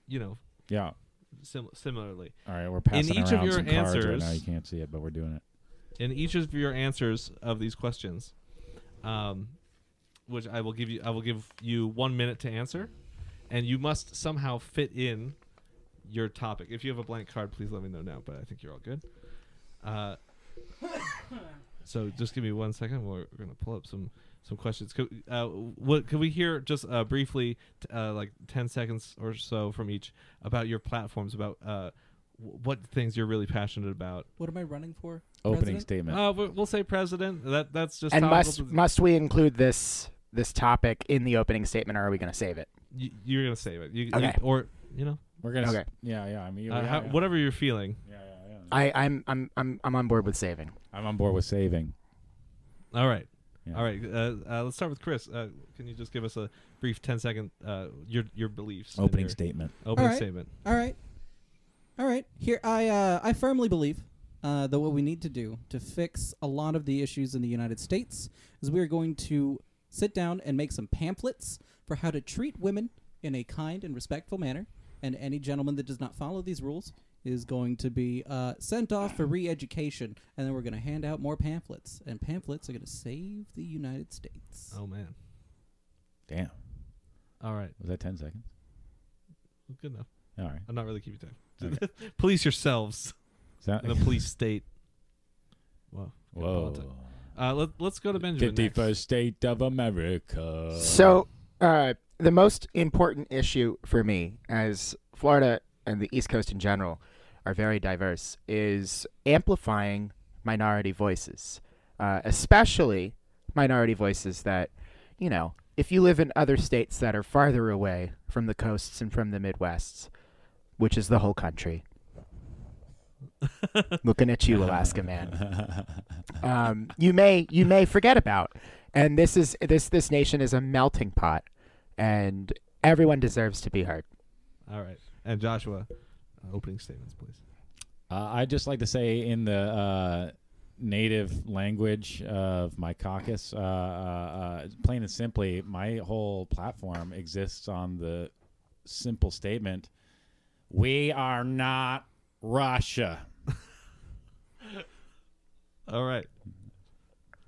S2: you know,
S1: Yeah.
S2: sim- similarly.
S1: All right, we're passing
S2: each of
S1: around
S2: your
S1: some cards right now.
S2: answers-
S1: You can't see it, but we're doing it.
S2: in each of your answers of these questions, um, which I will give you, I will give you one minute to answer, and you must somehow fit in your topic. If you have a blank card, please let me know now. But I think you're all good. Uh, so just give me one second. We're, we're gonna pull up some some questions. Could, uh, what could we hear just uh, briefly, t- uh, like ten seconds or so from each about your platforms, about uh, w- what things you're really passionate about.
S3: What am I running for?
S1: Opening
S3: President?
S1: statement.
S2: Uh, we- we'll say president. That that's just
S5: And
S2: topical
S5: must
S2: to-
S5: must we include this this topic in the opening statement, or are we gonna save it?
S2: you, you're gonna save it. You, you-
S5: Okay.
S2: or you know,
S1: we're gonna.
S5: okay.
S1: s- Yeah, yeah. I mean,
S2: uh,
S1: yeah,
S2: how,
S1: yeah.
S2: whatever you're feeling.
S1: Yeah, yeah, yeah.
S5: I, I'm I'm I'm I'm on board with saving.
S1: I'm on board with saving.
S2: All right,
S1: Yeah.
S2: all right. Uh, uh, let's start with Chris. Uh, can you just give us a brief 10 second uh, your your beliefs? and
S1: Opening
S2: your
S1: statement.
S2: Opening
S3: All right.
S2: statement.
S3: All right. All right. Here, I, uh, I firmly believe uh, that what we need to do to fix a lot of the issues in the United States is we are going to sit down and make some pamphlets for how to treat women in a kind and respectful manner. And any gentleman that does not follow these rules is going to be uh, sent off for re education. And then we're going to hand out more pamphlets. And pamphlets are going to save the United States.
S2: Oh man.
S1: Damn.
S2: All right.
S1: Was that ten seconds?
S2: Good enough.
S1: All right.
S2: I'm not really keeping time. police yourselves.
S1: Is that-
S2: The police state. Whoa.
S1: Whoa.
S2: Good Uh, let, let's go to Benjamin.
S1: Fifty
S2: next.
S1: first state of America.
S5: So,
S4: So, uh, the most important issue for me, as Florida and the East Coast in general are very diverse, is amplifying minority voices, uh, especially minority voices that, you know, if you live in other states that are farther away from the coasts and from the Midwests, which is the whole country. Looking at you, Alaska man um, you may you may forget about. And this is this this nation is a melting pot, and everyone deserves to be heard.
S2: All right. And Joshua, uh, opening statements, please.
S1: Uh, I'd just like to say in the uh, native language of my caucus, uh, uh, uh, plain and simply, my whole platform exists on the simple statement We are not Russia.
S2: All right.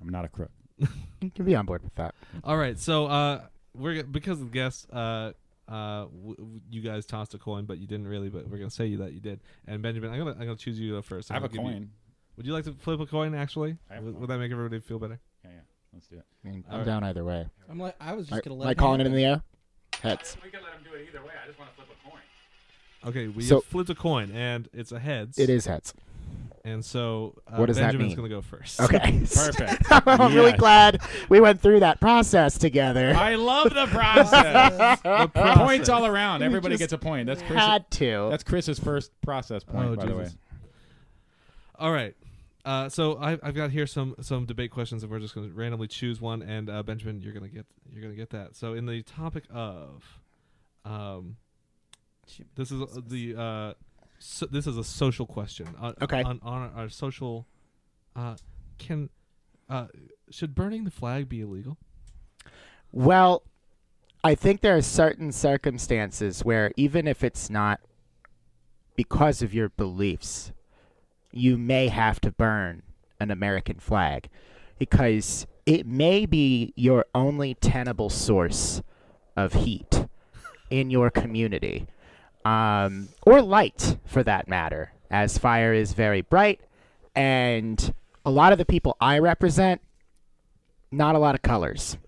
S1: I'm not a crook.
S4: you can be on board with that.
S2: All right. So uh, we're g- because of the guests, uh, uh, w- w- you guys tossed a coin, but you didn't really. But we're gonna say you that you did. And Benjamin, I'm gonna I'm gonna choose you to go first.
S1: I
S2: I'm
S1: have a
S2: gonna give you-
S1: coin.
S2: would you like to flip a coin? Actually,
S1: I have
S2: would,
S1: one.
S2: would that make everybody feel better?
S1: Yeah, yeah. Let's do it.
S4: I mean,
S2: All
S4: I'm
S2: right.
S4: down either way.
S3: I'm like, I was
S4: Am
S3: just
S4: I
S3: gonna let.
S4: am I calling it in the air? Heads.
S1: We could let him do it either way. I just want to flip a coin.
S2: Okay. We
S4: So-
S2: flipped a coin, and it's a heads.
S4: It is heads.
S2: And so uh,
S4: What does that
S2: Benjamin's
S4: mean?
S2: gonna go first.
S4: Okay.
S1: Perfect.
S4: I'm really
S1: Yes.
S4: glad we went through that process together.
S1: I love the process.
S2: The
S1: Points
S2: process.
S1: all around. Everybody
S4: just
S1: gets a point. That's Chris's,
S4: Had to.
S1: that's Chris's first process point,
S2: Oh,
S1: by the way.
S2: Jesus. All right. Uh, so I, I've got here some some debate questions, and we're just going to randomly choose one. And uh, Benjamin, you're gonna get you're gonna get that. So in the topic of, um, this is uh, the uh, so, this is a social question. On,
S4: Okay.
S2: On, on our social, uh, can uh, should burning the flag be illegal?
S4: Well, I think there are certain circumstances where even if it's not because of your beliefs, you may have to burn an American flag because it may be your only tenable source of heat in your community um, or light for that matter, as fire is very bright. And a lot of the people I represent, not a lot of colors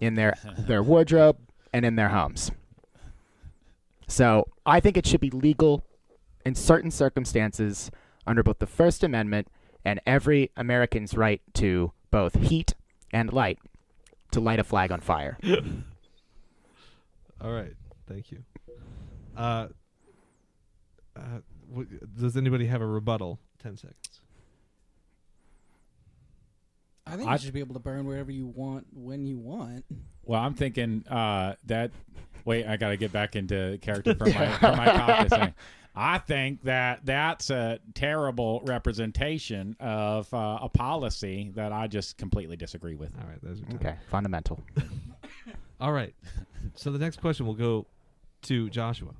S4: in their their wardrobe and in their homes. So I think it should be legal in certain circumstances under both the First Amendment and every American's right to both heat and light to light a flag on fire.
S2: All right. Thank you. Uh, uh, w- does anybody have a rebuttal? Ten seconds.
S3: I think
S1: I-
S3: you should be able to burn wherever you want when you want.
S1: Well, I'm thinking uh, that. Wait, I got to get back into character for my for my caucus thing. I think that that's a terrible representation of uh, a policy that I just completely disagree with.
S2: All right. There's your time.
S4: Okay, fundamental.
S2: All right. So the next question will go to Joshua.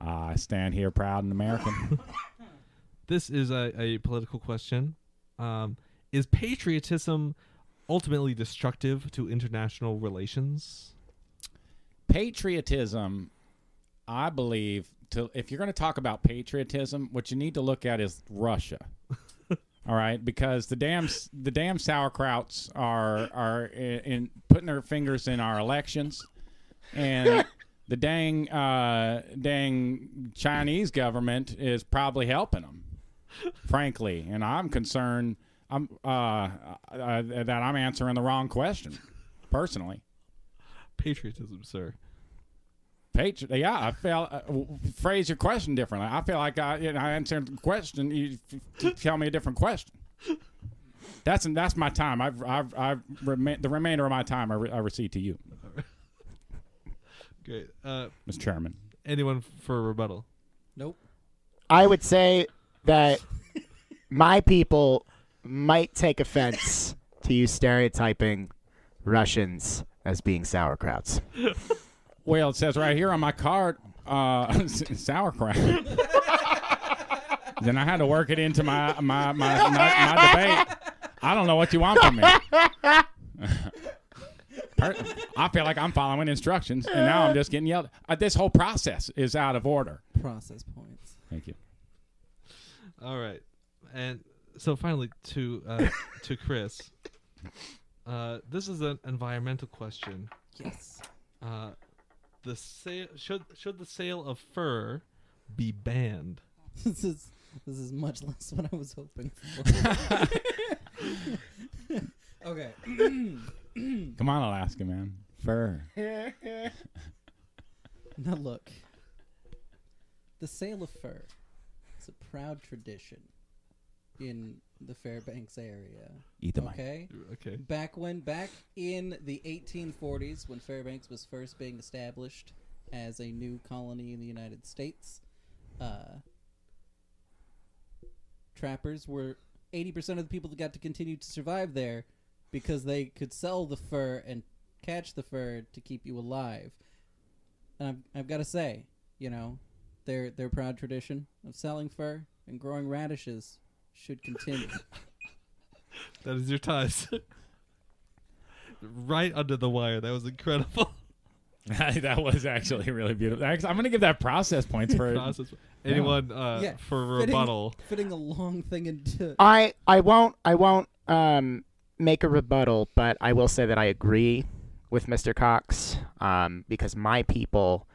S1: I stand here proud and American.
S2: This is a, a political question. Um, is patriotism ultimately destructive to international relations?
S1: patriotism, I believe, to if you're going to talk about patriotism, what you need to look at is Russia. All right, because the damn the damn sauerkrauts are are in, in putting their fingers in our elections, and the dang uh, dang Chinese government is probably helping them, frankly. And I'm concerned I'm uh, uh, uh, that I'm answering the wrong question, personally.
S2: Patriotism, sir.
S1: Patri- yeah, I feel. Uh, w- phrase your question differently. I feel like I, you know, I answered the question. You f- f- tell me a different question. That's that's my time. I've I've, I've rema- the remainder of my time I, re- I recede to you,
S2: Great. Uh,
S1: Mr. Chairman.
S2: anyone f- for a rebuttal?
S3: Nope.
S4: I would say that my people might take offense to you stereotyping Russians as being sauerkrauts.
S1: Well, it says right here on my card, uh, sauerkraut. then I had to work it into my my, my, my my debate. I don't know what you want from me. Per- I feel like I'm following instructions, and now I'm just getting yelled. at. Uh, this whole process is out of order.
S3: Process points.
S1: Thank you.
S2: All right. And so finally to uh, to Chris, uh, this is an environmental question.
S3: Yes.
S2: Uh, the sale should should the sale of fur be banned?
S3: this is this is much less what I was hoping for. okay.
S1: Come on, Alaska, man. Fur.
S3: Now look. The sale of fur is a proud tradition in the Fairbanks area.
S1: Eat the mic.
S3: Okay?
S2: Okay.
S3: Back when, back in the 1840s, when Fairbanks was first being established as a new colony in the United States, uh, trappers were 80% of the people that got to continue to survive there because they could sell the fur and catch the fur to keep you alive. And I've, I've got to say, you know, their their proud tradition of selling fur and growing radishes should continue.
S2: That is your ties. right under the wire. That was incredible.
S1: that was actually really beautiful. Actually, I'm gonna give that process points for
S2: Process. Anyone uh,
S3: Yeah,
S2: for
S3: fitting-
S2: rebuttal?
S3: fitting a long thing into
S4: I I won't I won't um make a rebuttal, but I will say that I agree with Mr. Cox um, because my people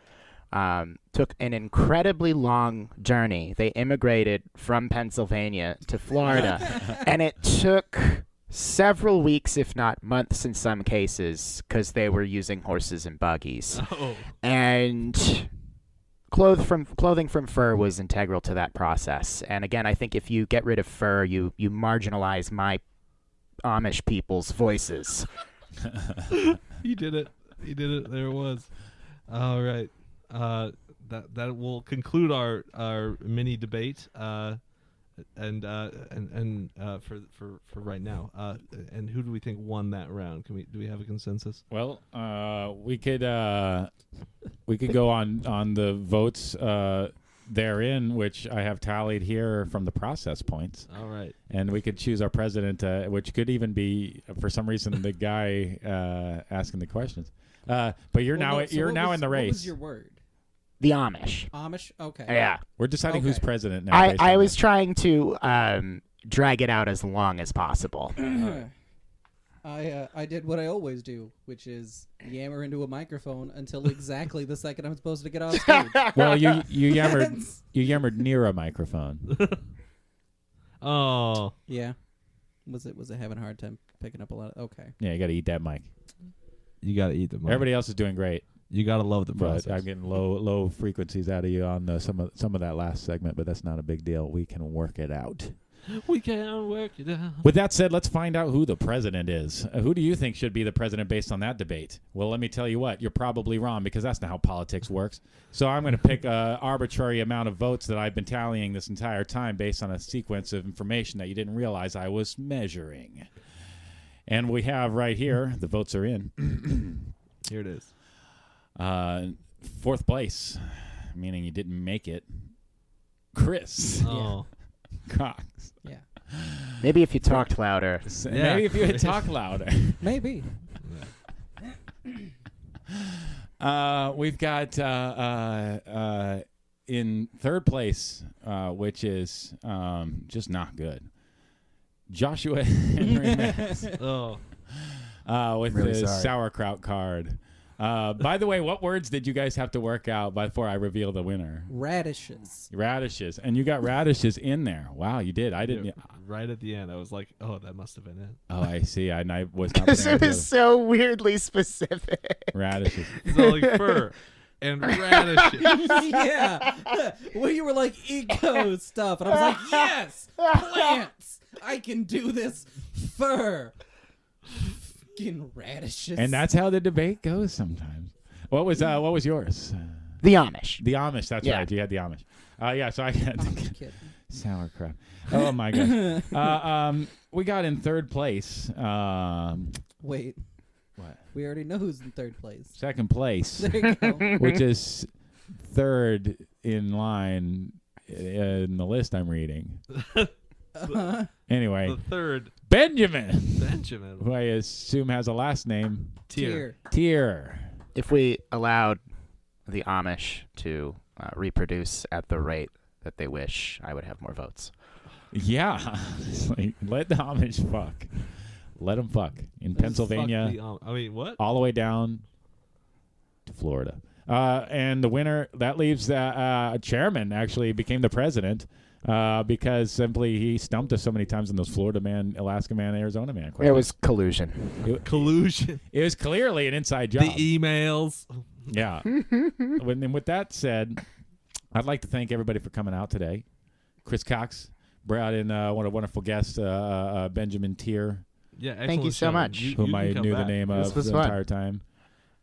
S4: um, took an incredibly long journey. They immigrated from Pennsylvania to Florida, and it took several weeks, if not months, in some cases, because they were using horses and buggies
S2: Oh,
S4: and cloth from clothing from fur was integral to that process. And again, I think if you get rid of fur, you you marginalize my Amish people's voices.
S2: you did it! You did it! There it was. All right. Uh, that that will conclude our our mini debate. Uh, and uh, and and uh, for for for right now. Uh, and who do we think won that round? Can we do we have a consensus?
S1: Well, uh, we could uh, we could go on on the votes uh, therein, which I have tallied here from the process points,
S2: All right.
S1: and we could choose our president, uh, which could even be for some reason the guy uh, asking the questions. Uh, but you're
S3: Well,
S1: now
S3: no, so
S1: you're
S3: what
S1: now
S3: was-
S1: in the
S3: What
S1: race.
S3: was your word?
S4: The Amish.
S3: Amish. Okay.
S4: Yeah.
S1: We're deciding who's
S3: Okay.
S1: president now.
S4: I,
S1: based
S4: I
S1: on
S4: was
S1: that.
S4: trying to um, drag it out as long as possible.
S3: I uh, I did what I always do, which is yammer into a microphone until exactly the second I'm supposed to get off stage.
S1: well, you you yammered
S3: That's-
S1: you yammered near a microphone.
S2: Oh,
S3: yeah. Was it was it having a hard time picking up a lot? Of, okay.
S1: Yeah, you got to eat that mic.
S2: you gotta eat them.
S1: Everybody else is doing great,
S2: you gotta love the
S1: but I'm getting low low frequencies out of you on the, some of some of that last segment. But that's not a big deal. We can work it out.
S2: We can work it out.
S1: With that said, let's find out who the president is. Uh, Who do you think should be the president based on that debate? Well, let me tell you what, you're probably wrong because that's not how politics works. So I'm going to pick an arbitrary amount of votes that I've been tallying this entire time based on a sequence of information that you didn't realize I was measuring. And we have right here, the votes are in.
S2: Here it is.
S1: Uh, fourth place, meaning you didn't make it. Chris
S2: Oh,
S1: Cox.
S3: Yeah.
S4: Maybe if you talked louder.
S2: Yeah.
S1: Maybe if you had talked louder.
S3: Maybe.
S1: Uh, we've got uh, uh, uh, in third place, uh, which is um, just not good. Joshua Henry Mass,
S2: oh.
S1: uh, with
S4: Really
S1: his
S4: sorry.
S1: sauerkraut card. Uh, by the way, what words did you guys have to work out before I reveal the winner?
S3: Radishes.
S1: Radishes, and you got radishes in there. Wow, you did. I didn't. uh,
S2: Yeah, right at the end, I was like, "Oh, that must have been it."
S1: Oh, I see. I, and I was not
S4: Because
S1: paying
S4: it
S1: attention.
S4: was so weirdly specific.
S1: radishes.
S2: It's all like fur and radishes.
S3: yeah. Well, you were like eco stuff, and I was like, yes, plants. I can do this. Fur. Fucking radishes.
S1: And that's how the debate goes sometimes. What was uh, what was yours?
S4: The Amish.
S1: The Amish. That's
S4: Yeah.
S1: right. You had the Amish. Uh, yeah. So I got
S3: I'm kidding.
S1: sauerkraut. Oh my gosh. uh, um, we got in third place. Um,
S3: Wait.
S1: What?
S3: We already know who's in third place.
S1: second place,
S3: There you go.
S1: which is third in line uh, in the list I'm reading.
S3: Uh-huh.
S1: Anyway,
S2: the third
S1: Benjamin,
S2: Benjamin
S1: who I assume has a last name
S2: tier.
S1: Tier.
S4: if we allowed the Amish to uh, reproduce at the rate that they wish, I would have more votes.
S1: Yeah, honestly, let the Amish fuck. Let them fuck in
S2: Fuck
S1: Pennsylvania, Oh,
S2: the, um, I mean, what?
S1: all the way down to Florida. Uh, and the winner that leaves the uh, chairman actually became the president uh, because simply he stumped us so many times in those Florida man, Alaska man, Arizona man
S5: It
S1: questions.
S5: was collusion.
S2: Collusion.
S1: It was clearly an inside job.
S2: The e emails.
S1: Yeah. When- and with that said, I'd like to thank everybody for coming out today. Chris Cox brought in uh, one of wonderful guests, uh, uh, Benjamin Tier,
S2: Yeah.
S5: Thank you
S2: excellent
S5: so
S2: show.
S5: much.
S2: You- you
S1: whom
S2: can
S1: I
S2: come
S1: knew
S2: back.
S1: the name
S5: This
S1: of
S5: was
S1: the
S5: fun.
S1: entire time,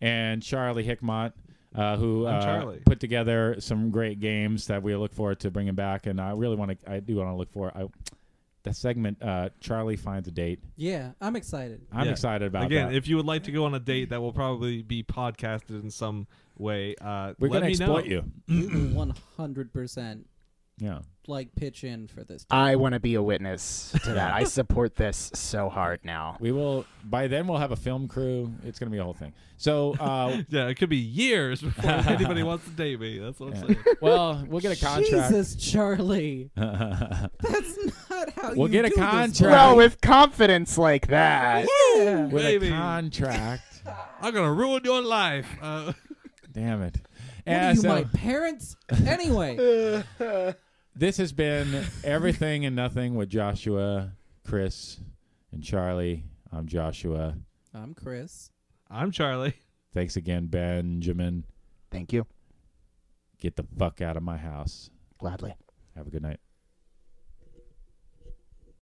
S1: and Charlie Hickmott. Uh, who
S2: I'm
S1: uh,
S2: Charlie.
S1: put together some great games that we look forward to bringing back, and I really want to. I do want to look for I, that segment. Uh, Charlie finds a date.
S3: Yeah, I'm excited.
S1: I'm
S2: Yeah.
S1: excited about
S2: Again,
S1: that.
S2: if you would like to go on a date that will probably be podcasted in some way, uh,
S1: We're
S2: let
S1: gonna
S2: me
S1: exploit
S2: know.
S1: you.
S3: You will 100%
S1: Yeah.
S3: like pitch in for this.
S5: I want to be a witness to that. I support this so hard now.
S1: We will. By then, we'll have a film crew. It's going to be a whole thing. So, uh,
S2: Yeah, it could be years before anybody wants to date me. That's what I'm saying.
S1: well, we'll get a contract.
S3: Jesus, Charlie. That's not how
S1: We'll
S3: you
S1: get a
S3: do this,
S1: contract.
S3: bro.
S5: Well, with confidence like that.
S3: Yeah.
S1: With
S2: Baby.
S1: a contract.
S2: I'm gonna ruin your life. Uh,
S1: Damn it.
S3: What
S1: Yeah,
S3: are you,
S1: so
S3: my parents? Anyway,
S1: this has been everything and nothing with Joshua, Chris, and Charlie. I'm Joshua.
S3: I'm Chris.
S2: I'm Charlie.
S1: Thanks again, Benjamin.
S5: Thank you.
S1: Get the fuck out of my house.
S5: Gladly.
S1: Have a good night.